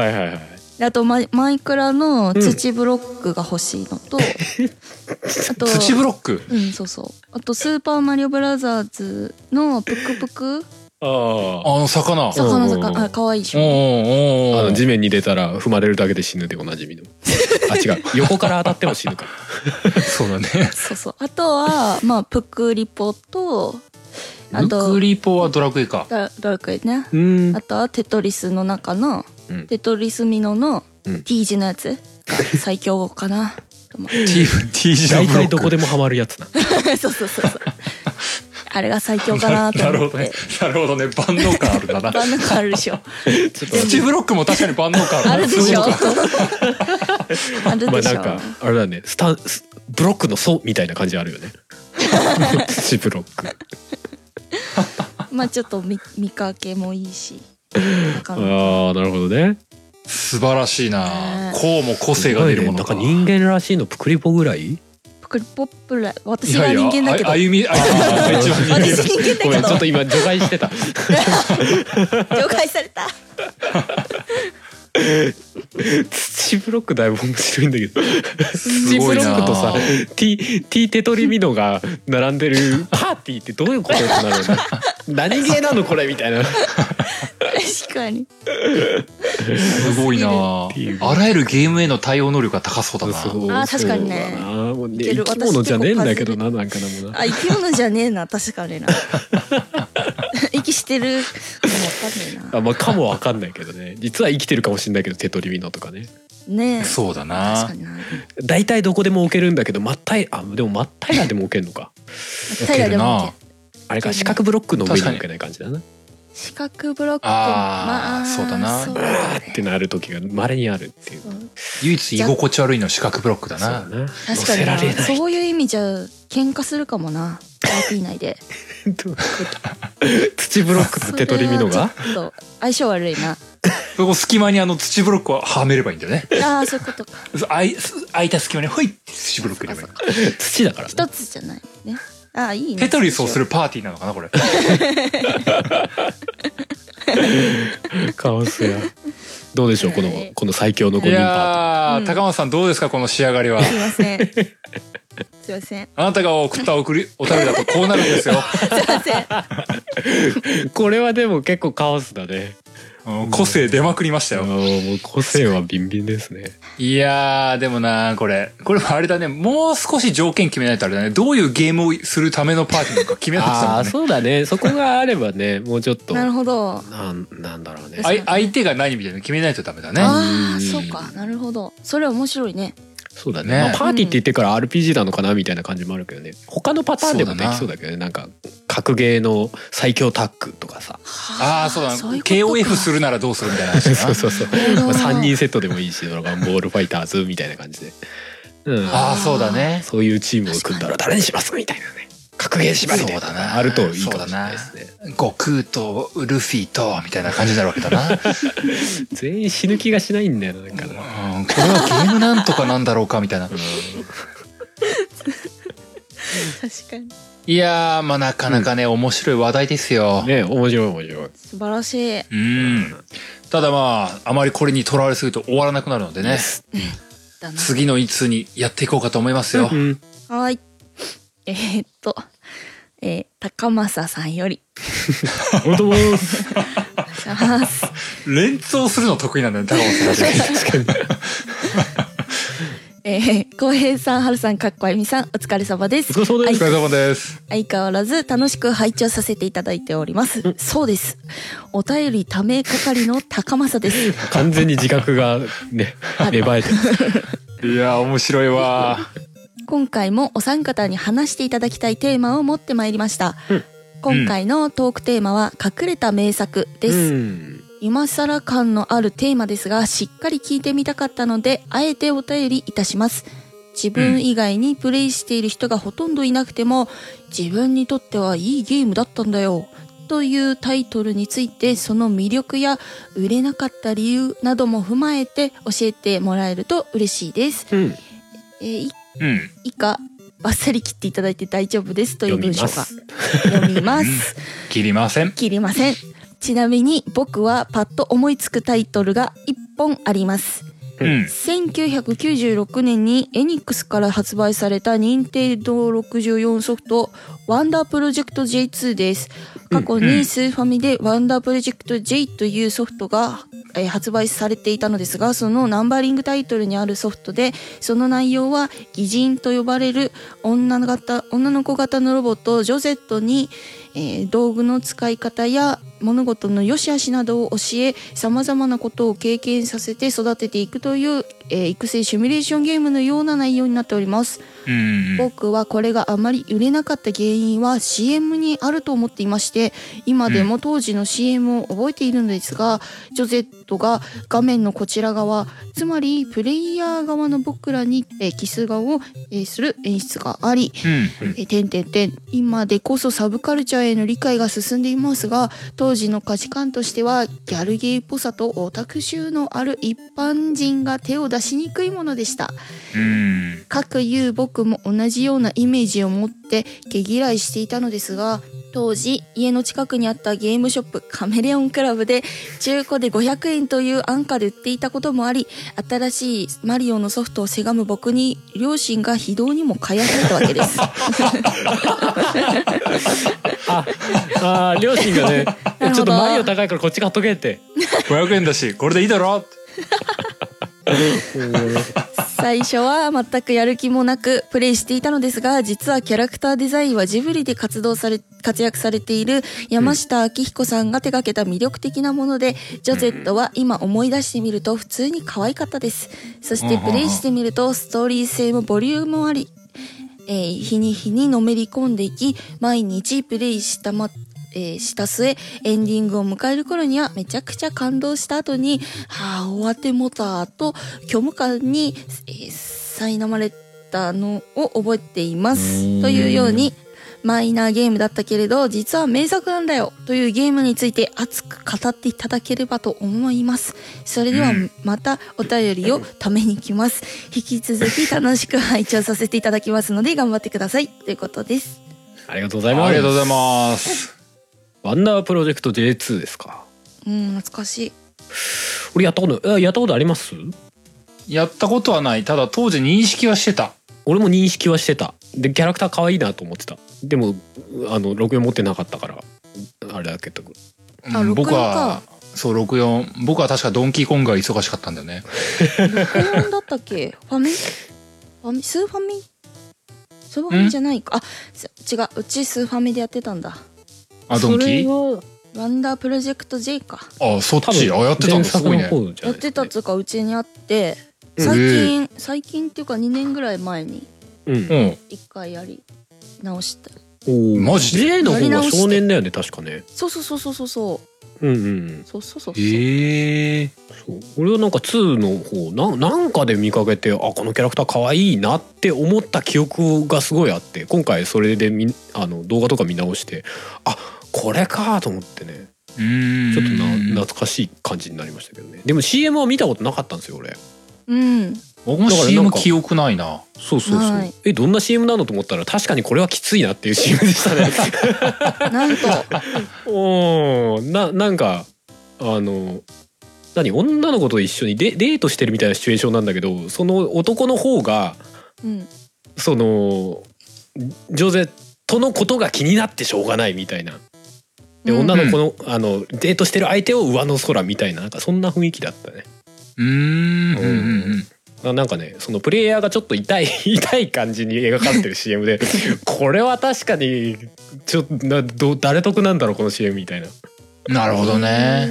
はいはいはいあとマイマイクラの土ブロックが欲しいの と、あと土ブロック。うんそうそうあとスーパーマリオブラザーズのプクプクあああの、魚。そう魚うんうんうん魚あ可愛いでしおうょおうあおうの地面に出たら踏まれるだけで死ぬでおなじみ のあ違う横から当たっても死ぬか そうだね。そうそうあとはまあプクリポとあルとクリポはドラクエ か。ダダルクエねうんあとはテトリスの中の、うんテトリスミノのうん T 字のやつが最強かなと思 T、T 字の大ブロッ体ク。どこでもハマるやつなう そうそうそうそうあれが最強かなとなる思っほどねて。なるほどね。万能感あるんだな。万能感 あるでしょちょっと土ブロックも確かに万能感ああるるな。で しょ。あるまあでしなょ。んかあれだねスタンスブロックの層みたいな感じあるよ ね土ブロックまあちょっと見見かけもいいし。なんかああなるほどね素晴らしいなね。こうも個性が出るものすごいねなんか人間らしいのプクリポぐらいプクリポップらい私は人間だけど。ああゆ み、あゆみさんが一番人間私人間だけごめんどちょっと今除外してた了解された。土ブロックだいぶ面白いんだけどす土ごブいロなックとさ T, T テトリミノが並んでるパーティーってどういうことってなるんだ何ゲーなのこれみたいな確かに。すごいなっていうあらゆるゲームへの対応能力が高そうだな。そうあー確かにねそうだなもうねいける生き物じゃねえんだけどななんかでもなあ、生き物じゃねえな、確か にな。息してる。わかんねあまあかもわかんないけどね実は生きてるかもしれないけど手取り身のとかねえな。ねえ。そうだ確かな。にな。大体どこでも置けるんだけどまったいあでもまったいらでも置けるのか平らでもいけ。あれか四角ブロックの上に置けない感じだな四角ブロック。あーまあ、そうだなそうあだーっねてなる時が稀にあるっていうそう唯一居心地悪いのは四角ブロックだそうな。な乗確かせにらなれないそういう意味じゃ喧嘩するかもなパーティー内でどういうこと土ブロックの手取り身のがそれはちょっと相性悪いなそこ隙間にあの土ブロックをはめればいいんだよね。ああそういうことかあい空いた隙間にほいって土ブロック入ればいい。土だからね一つじゃないねああいいねテトリスをするパーティーなのかなこれ。カオスやどうでしょうこのはいこの最強の5い人パやー、うん高松さんどうですかこの仕上がり は。すいませんすいませんあなたが送った送りお便りだとこうなるんですよ。すいま せんートこれはでも結構カオスだねうん個性出まくりましたよ。もう個性はビンビンですねいやー、でもなー、これ。これもあれだね。もう少し条件決めないとあれだね。どういうゲームをするためのパーティーなのか決めなくちゃあだあね。そうだねそこがあればねもうちょっとななるほどんなんだろうねあい相手が何みたいなの決めないとダメだね。ああうんそうかなるほどそれ面白いねそうだねねまあ、パーティーって言ってから RPG なのかなみたいな感じもあるけどね他のパターンでそもうでだなきそうだけどねなんか格ゲーの最強タッグとかさああ、そうだな。いうことか KOF するならどうするみたいな話だな。 そうそうそう、ほどまあ、3人セットでもいいし「ドラゴンボールファイターズ」みたいな感じで、うん、ああ、そうだね。そういうチームを組んだら誰にしますみたいなね格ゲー縛りでそうだなあるといいかもしれないですね悟空とルフィと、みたいな感じになるわけだな。 うん、こ全員死ぬ気がしないんだよななんかな、れはゲームなんとかなんだろうか、みたいな。確かにいやー、まあなかなかね、面白い話題ですよ。ね面白い面白い素晴らしいうん。ただまあ、あまりこれにとらわれすぎると終わらなくなるのでね、だな次のいつにやっていこうかと思いますよ。 うんはーい。 えーっと、えー、高政さんより。本当もお願いし ます。連想するの得意なんだよね、高本さん って。確かにえー、浩平さん、春さん、かっこあゆみさん、お疲れ様でおす疲。れ様おで疲すれ様です。相変わらず楽しく拝聴させていただいております。そうです。お便りため係の高政です。完全に自覚がね芽生えてますいやー、面白いわ今回もお三方に話していただきたいテーマを持ってまいりました。うん今回のトークテーマは隠れた名作です。うん今更感のあるテーマですがしっかり聞いてみたかったのであえてお便りいたします自分以外にプレイしている人がほとんどいなくても自分にとってはいいゲームだったんだよというタイトルについてその魅力や売れなかった理由なども踏まえて教えてもらえると嬉しいです、うんえーいうん。以下バッサリ切っていただいて大丈夫ですという読文み章まがす読みます切りません。切りませんちなみに僕はパッと思いつくタイトルが1本ありますうん。 1996年にエニックスから発売された任天堂64ソフトワンダープロジェクト J2 です過去うんうにんスーファミでワンダープロジェクト J というソフトがえー発売されていたのですがそのナンバリングタイトルにあるソフトでその内容は擬人と呼ばれる女の型女の子型のロボットジョゼットにえー道具の使い方や物事の良し悪しなどを教えさまざまなことを経験させて育てていくという、えー育成シミュレーションゲームのような内容になっております、うん。僕はこれがあまり売れなかった原因は CM にあると思っていまして今でも当時の CM を覚えているのですが、ジョゼットが画面のこちら側つまりプレイヤー側の僕らに、えーキス顔を、えーする演出がありうん。えー点々点今でこそサブカルチャーへの理解が進んでいますが当時の価値観としてはギャルゲーっぽさとオタク臭のある一般人が手を出しにくいものでしたうん。かくいう僕も同じようなイメージを持って毛嫌いしていたのですが当時家の近くにあったゲームショップカメレオンクラブで中古で500円という安価で売っていたこともあり新しいマリオのソフトをせがむ僕に両親が非道にも買い与えたわけですああー両親 がねちほょどっとマリオ高いからこっち買っとけって500円だしこれでいいだろって最初は全くやる気もなくプレイしていたのですが実はキャラクターデザインはジブリで活動され活躍されている山下明彦さんが手掛けた魅力的なもので、ジョゼットは今思い出してみると普通に可愛かったですそしてプレイしてみるとストーリー性もボリュームもあり、えー日に日にのめり込んでいき毎日プレイしたまえーした末エンディングを迎える頃にはめちゃくちゃ感動した後に「はあ終わってもた」と虚無感に、えー、苛まれたのを覚えていますというようにマイナーゲームだったけれど実は名作なんだよというゲームについて熱く語っていただければと思いますそれではまたお便りをために来ます引き続き楽しく拝聴させていただきますので頑張ってくださいということですありがとうございますありがとうございますワンダープロジェクト J2 ですかうん懐かしい俺やったことあやったことありますやったことはないただ当時認識はしてた俺も認識はしてたでキャラクター可愛いなと思ってたでもあの64持ってなかったからあれだけどあうん僕64はかそう64僕は確かドンキーコングが忙しかったんだよね64だったっけファミファミスーファミスーファミじゃないかあす違ううちスーファミでやってたんだあドンキーはワンダープロジェクト J かあそっ多ちあ分やってたんだすごい前ね作の方じゃやなっいですかねてたっつうかうちにあって最近、最近っていうか2年ぐらい前にうんうん一回やり直したおーマジで J のやり方が直して少年だよね確かねそうそうそうそうそうそううんうんそうそうそうそうええそう俺はなんか2の方なんなんかで見かけてあこのキャラクター可愛いなって思った記憶がすごいあって今回それでみあの動画とか見直してあこれかと思ってねうーんちょっとな懐かしい感じになりましたけどねでも CM は見たことなかったんですよ俺うん僕もだからなん CM か記憶ないなそうそうそう、はいえどんな CM なのと思ったら確かにこれはきついなっていう CM でしたね なんと おーななんかあの何女の子と一緒にデデートしてるみたいなシチュエーションなんだけどその男の方がうんそのジョゼとのことが気になってしょうがないみたいなでうん女の子の,、あのデートしてる相手を上の空みたいななんかそんな雰囲気だったねうーんうんうんうんななんかねそのプレイヤーがちょっと痛い 痛い感じに描かれてる CM でこれは確かにちょっとなど誰得なんだろうこの CM みたいな、うんなるほどね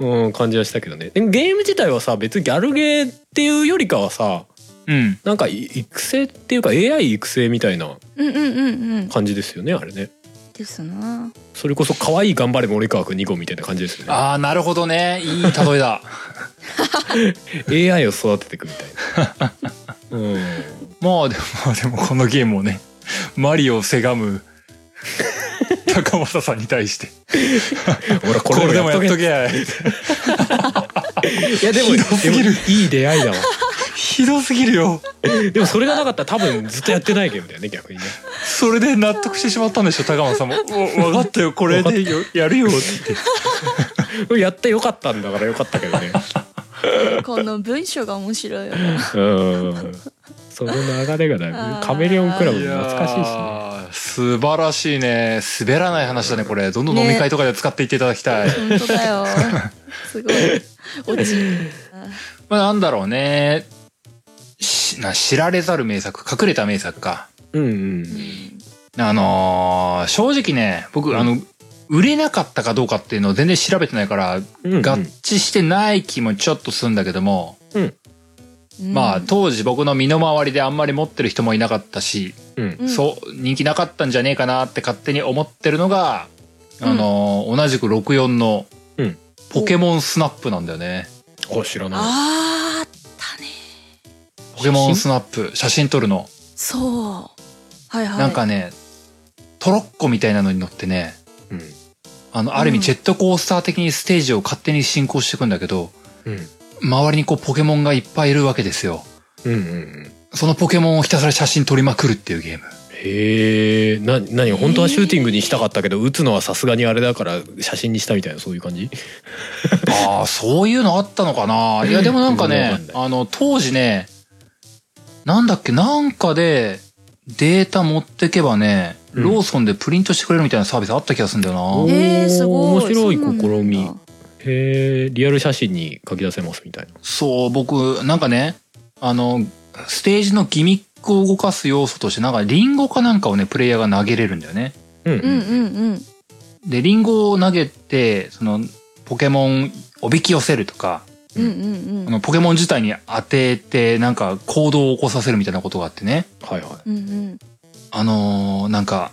うんうん、感じはしたけどねでもゲーム自体はさ別にギャルゲーっていうよりかはさうんなんかい育成っていうか AI 育成みたいなうんうんうんうん感じですよねあれねですなそれこそ可愛い頑張れ森川くん2号みたいな感じですよねああなるほどねいい例えだ AI を育てていくみ たいなうんまあでもまあでもこのゲームをねマリオをせが む高政さんに対してほらここれれででももややっっととけけいやでもひどすぎるでもいい出会いだわひどすぎるよ でもそれがなかったら多分ずっとやってないゲームだよね逆にね それで納得してしまったんでしょ高松さん も「分かったよこれでよやるよ」ってやってよかったんだからよかったけどねこの文章が面白いよねうんその流れがだいあぶーカメレオンクラブいもや懐かしいしねー素晴らしいね滑らない話だねこれどんどん飲み会とかで使っていっていただきたい、本当だよすごい落ちまあなんだろうねしな知られざる名作隠れた名作かうんあのー正直ね僕、うんあの売れなかったかどうかっていうのを全然調べてないからうんうんうん合致してない気もちょっとするんだけども、まあ当時僕の身の回りであんまり持ってる人もいなかったし、うんそう人気なかったんじゃねえかなって勝手に思ってるのが、あのー同じく64のうんポケモンスナップなんだよね。お知らないあーあったねポケモンスナップ写真撮るの、そうはいはいなんかねトロッコみたいなのに乗ってねうんあのある意う味んジェットコースター的にステージを勝手に進行していくんだけどうん周りにこうポケモンがいっぱいいるわけですよ。うんうんうんそのポケモンをひたすら写真撮りまくるっていうゲーム。へへえな何本当はシューティングにしたかったけど打つのはさすがにあれだから写真にしたみたいなそういう感じああ、そういうのあったのかな。い や、でもなんかわねかん、ないあの、当時ね、なんだっけ、なんかで、データ持ってけばね、うんローソンでプリントしてくれるみたいなサービスあった気がするんだよおな。えー、すごい。面白い試みそうなんだへえリアル写真に書き出せますみたいなそう、僕、なんかね、あの、ステージのギミックを動かす要素として、なんかリンゴかなんかをね、プレイヤーが投げれるんだよね。うんうんうんうん。で、リンゴを投げて、その、ポケモン、おびき寄せるとか、うんうんあうん。のポケモン自体に当てて、なんか行動を起こさせるみたいなことがあってね。はいはいうんうん。あのーなんか、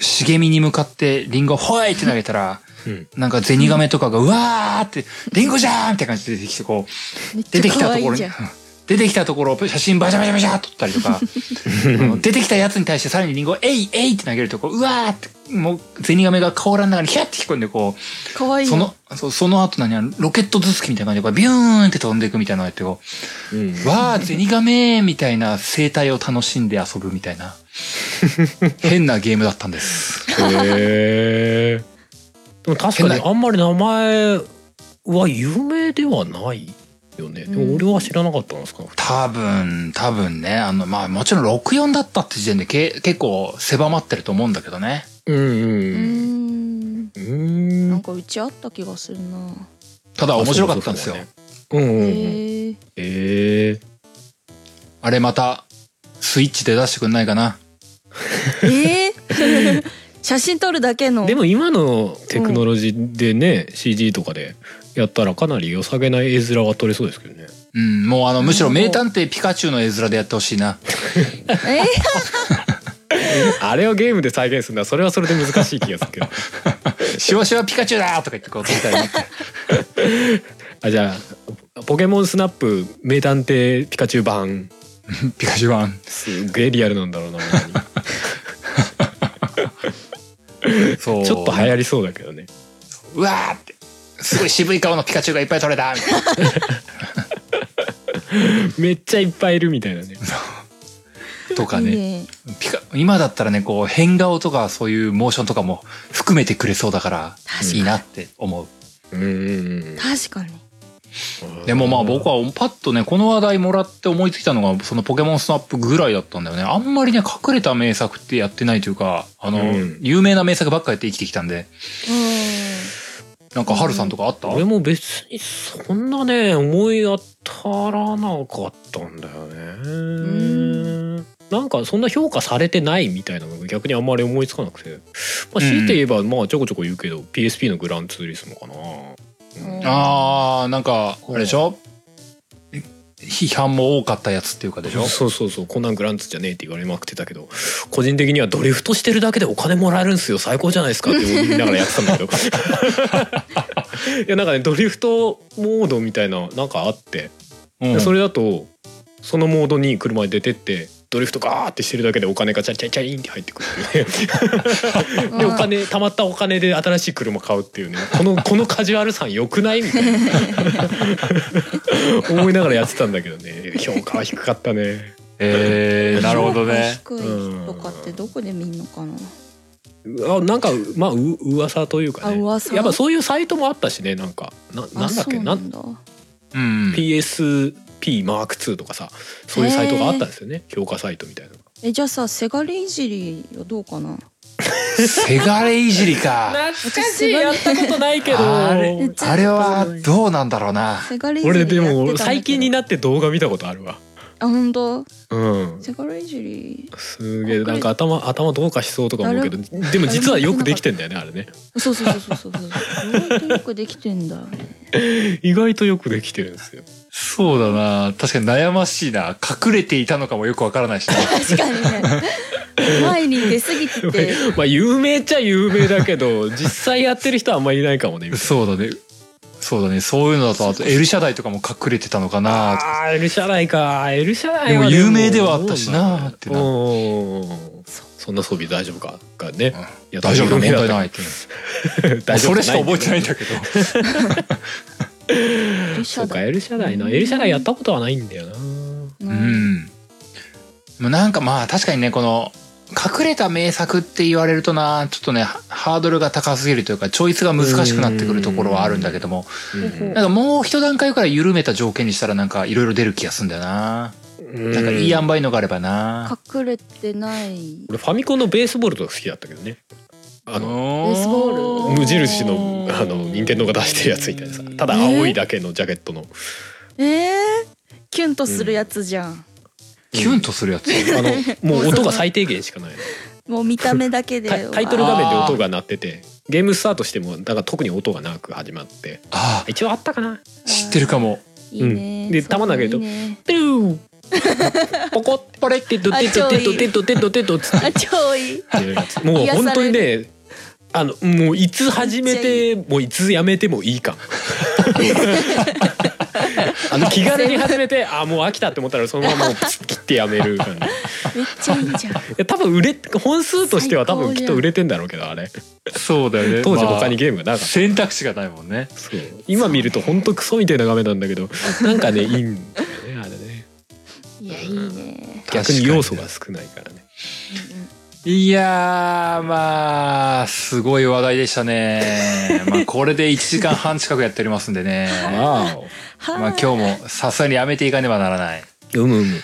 茂みに向かってリンゴをほいって投げたら、うんなんかゼニガメとかが、うわーって、リンゴじゃーんって感じで出てきて、こう、めっ出てちゃきた可と愛ころいにじゃん。、出てきたところを写真バシャバシャバシャっと撮ったりとか、あの出てきたやつに対してさらにリンゴを、えいえいって投げると、こう、うわーって、もう、ゼニガメが甲羅の中にヒャッて引っ込んで、こう、可愛いそよ。の、そうその後何あのロケット頭突きみたいな感じで、こうビューンって飛んでいくみたいなのやって、こうんう、わー、ゼニガメーみたいな生態を楽しんで遊ぶみたいな、変なゲームだったんです。へえ。でも確かにあんまり名前は有名ではないよね。でも俺は知らなかったんですか。多分、多分ね、あの、まあ、もちろん64だったって時点でけ結構狭まってると思うんだけどね。うんうーうん。ん。うなんん。かうちあった気がするな。ただ面白かったんですよ。あ。そうそうそうへねうんうんうん。え。へえ。あれまた、スイッチで出してくんないかな。えー 写真撮るだけの。でも今のテクノロジーでね、CG とかでやったらかなり良さげな絵面は撮れそうですけどね。うん、もうあの、むしろ名探偵ピカチュウの絵面でやってほしい な。え あれをゲームで再現するのはそれはそれで難しい気がするけど。シワシワピカチュウだーとか言ってこう撮りたいな。 あじゃあポケモンスナップ名探偵ピカチュウ版 ピカチュウ版。すげえリアルなんだろう な。本当にそう。ちょっと流行りそうだけどね。うわーって。すごい渋い顔のピカチュウがいっぱい撮れたみたいな。めっちゃいっぱいいるみたいなね。とかー、いいね。ね。ピカ今だったらね、こう、変顔とかそういうモーションとかも含めてくれそうだから、いいなって思う。うんうん確かに。うんでもまあ僕はパッとね、この話題もらって思いついたのが、そのポケモンスナップぐらいだったんだよね。あんまりね、隠れた名作ってやってないというか、あの、うん有名な名作ばっかやって生きてきたんで、うなんかハルさんとかあった、俺も別にそんなね思い当たらなかったんだよんね。なんかそんな評価されてないみたいなのが逆にあんまり思いつかなくて、まあ、強いて言えばまあちょこちょこ言うけど PSP のグランツーリスモかな。うんあー、なんか、あれでしょ批判も多かったやつっていうかでしょそうそうそうこんなんグランツじゃねえって言われまくってたけど個人的にはドリフトしてるだけでお金もらえるんすよ最高じゃないですかって言いながらやってたんだけど いやなんかねドリフトモードみたいななんかあって、うん。それだとそのモードに車に出てってドリフトガーってしてるだけでお金がチャリチャリチャリンって入ってくるっていうねんでお金貯まったお金で新しい車買うっていうねこのこのカジュアルさん良くないみたい な思いながらやってたんだけどね評価は低かったね。えー、なるほどね。評価低いとかってどこで見んのかな。あなんかまあう噂というかねあ噂やっぱそういうサイトもあったしねなんかなあなんだっけそうななんんだ。うん。 PSP マーク2とかさそういうサイトがあったんですよね評価サイトみたいなのえじゃあさせがれいじりはどうかな。せがれいじりか。懐かしいやったことないけあれあれはどうなんだろうな。せがれいじりや俺ってでたんだけど。も最近になって動画見たことあるわあ本当。うんせがれいじり。すげえなんか頭頭どうかしそうとか思うけどでも実はよくできてんだよねあれねそうそうそうそうそうそう。意外とよくできてんだよね。意外とよくできてるんですよそうだな。確かに悩ましいな。隠れていたのかもよくわからないしな。確かにね。 前に出過ぎてて。 まあ有名っちゃ有名だけど実際やってる人はあんまりいないかもねそうだね。そうだね。そういうのだと、あと、エルシャダイとかも隠れてたのかな。あーエルシャライかエルシャライでもは有名ではあったしなってなうんそんな装備大丈夫かがねいや大丈夫だ、問題ないいって。 大丈夫それしか覚えてないんだだけど。ルシそャうかだ。エルシャライなエルシャライやったことはないんだよなうう。ん。でもなんかまあ、確かにね、この、隠れた名作って言われるとな、ちょっとね、ハハードルが高すぎるというか、チョイスが難しくなってくるところはあるんだけども、うんなんかもう一段階くらい緩めた条件にしたらなんかいろいろ出る気がするんだよな。ななんかいい塩梅のがあればな。隠れてない俺ファミコンのベースボールとか好きだったけどねあのベベースボ無印のあの任天堂が出してるやつみたいなさただ青いだけのジャケットの、えー、キュンとするやつじゃん、キュンとするやつ。あの もう音が最低限しかないもう見た目だけでタイタイトル画面で音が鳴っててゲームスタートしてもだから特に音がなく始まってあ一応あったかなあ、知ってるかも。いいね、うんで玉投げるとそういいねピューポコッポレッテッドテッドテッドテッドテッドテッドつっあ超いいてやつもう本当にねあのもういつ始めてもういつやめてもいい感あの気軽に始めてあもう飽きたって思ったらそのままもうプスッ切ってやめる感じいめっちゃいいじゃんや多分売れ本数としては多分きっと売れてんだろうけどあれそうだよね当時他にゲームがなかった選択肢がないもんね。そう今見るとほんとクソみたいな画面なんだけどなんかねいいんだよねあれねいやいいね逆に要素が少ないからねいやー、まあ、すごい話題でしたね。まあ、これで1時間半近くやっておりますんでね。わ はまあ、今日もさすがにやめていかねばならない。おうむうむ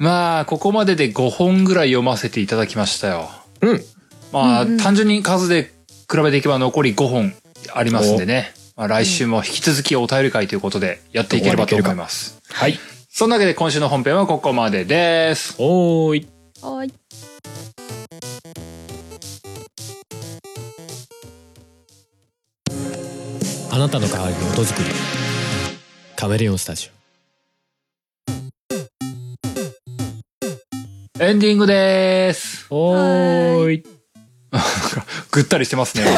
まあ、ここまでで5本ぐらい読ませていただきましたよ。うんまあ、うんうん単純に数で比べていけば残り5本ありますんでね。まあ、来週も引き続きお便り会ということでやっていければと思います。はいそんなわけで今週の本編はここまでです。おーいはーいあなたの代わりの音作りカメレオンスタジエンディングです。オおーいぐったりしてますね。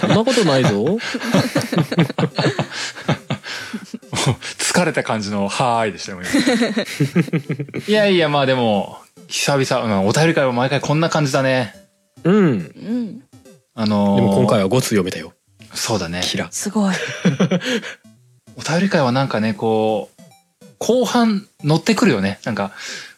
そんなことないぞ疲れた感じのはーいでしたよ、今 いやいや、まあでも、久々、うん、お便り会は毎回こんな感じだね。うんでうんあのーも今回は5通読めたよそうだね。キラすごいお便り会はなんかね、こう、後半乗ってくるよね。なんか、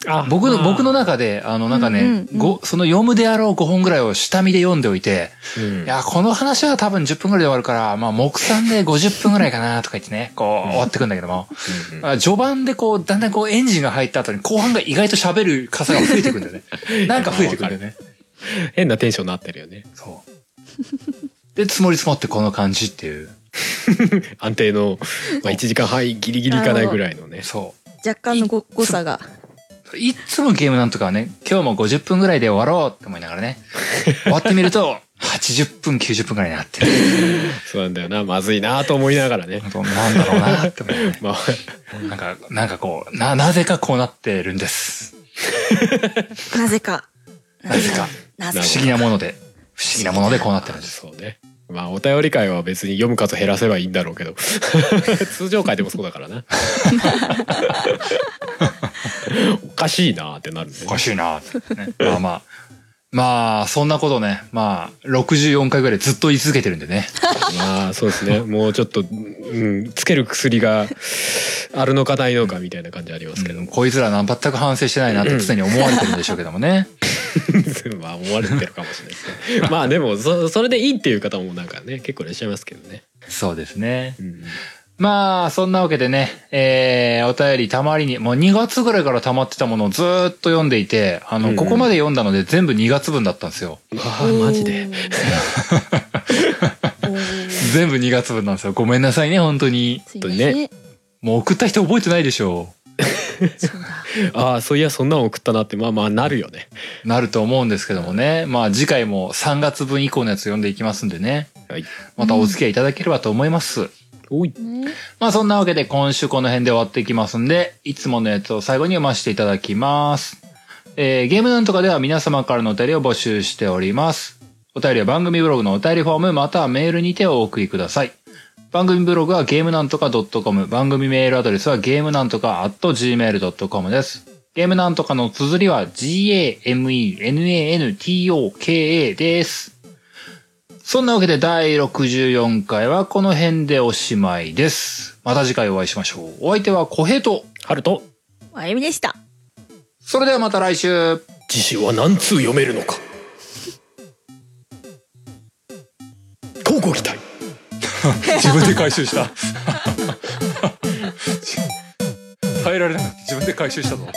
あ僕の、僕の中で、あの、なんかうんうんね、うんごその読むであろう5本ぐらいを下見で読んでおいて、うんいや、この話は多分10分ぐらいで終わるから、まあ、目算で50分ぐらいかなとか言ってね、こう、終わってくんだけども。うんあ序盤でこう、だんだんこうエンジンが入った後に後半が意外と喋る傘が増えてくんだよ ね。なんか増えてくんだよね。変なテンションになってるよねそう。で、積もり積もってこの感じっていう。安定の、まあ、1時間半ギリギリいかないぐらいのねそ若干のご誤差がう。いっつもゲームなんとかはね、今日も50分ぐらいで終わろうって思いながらね、終わってみると、80分、90分ぐらいになってる。そうなんだよなまずいなと思いながらね本当なんだろうなって思うね。まあなんか、なんかこう、な、なぜかこうなってるんです。なぜか なぜか。な不ぜなか思議なもので、不思議なものでこうなってるんです。そうねまあお便り会は別に読む数減らせばいいんだろうけど 通常会でもそうだから なおかしいなってなるねおかしいなってね、まあまあ。まあ、そんなことね、まあ、64回ぐらいずっと言い続けてるんでね。まあそうですねもうちょっと、うん、つける薬があるのかないのかみたいな感じあります けど、こいつらなん全く反省してないなって常に思われてるんでしょうけどもね。まあ思われてるかもしれないですねまあでもそそれでいいっていう方もなんかね結構いらっしゃいますけどね、そうですね。うんまあ、そんなわけでね、えー、お便りたまりに、もう2月ぐらいから溜まってたものをずーっと読んでいて、あの、うんここまで読んだので全部2月分だったんですよ。ああマジ でおーおー全部2月分なんですよ。ごめんなさいね、本当に。すいませんねもう送った人覚えてないでしょそうだああそういやそんなの送ったなってまあまあなるよねう。なると思うんですけどもね。まあ、次回も3月分以降のやつ読んでいきますんでね。はいまたお付き合いいただければと思います。おいねまあそんなわけで今週この辺で終わっていきますんで、いつものやつを最後に読ませていただきます。えー、ゲームなんとかでは皆様からのお便りを募集しております。お便りは番組ブログのお便りフォームまたはメールにてお送りください。番組ブログはゲームなんとか .com、番組メールアドレスはゲームなんとか .gmail.com です。ゲームなんとかの綴りは g-a-m-e-n-a-n-t-o-k-a です。そんなわけで第64回はこの辺でおしまいです。また次回お会いしましょう。お相手は小平と。ハルトあゆみでしたそれではまた来週。次週は何通読めるのか乞うご期待 自分で回収した耐えられなくて自分で回収したぞ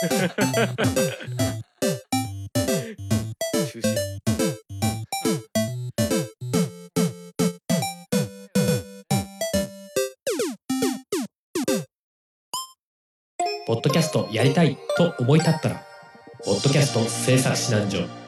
ポッドキャストやりたいと思い立ったら、ポッドキャスト制作指南所。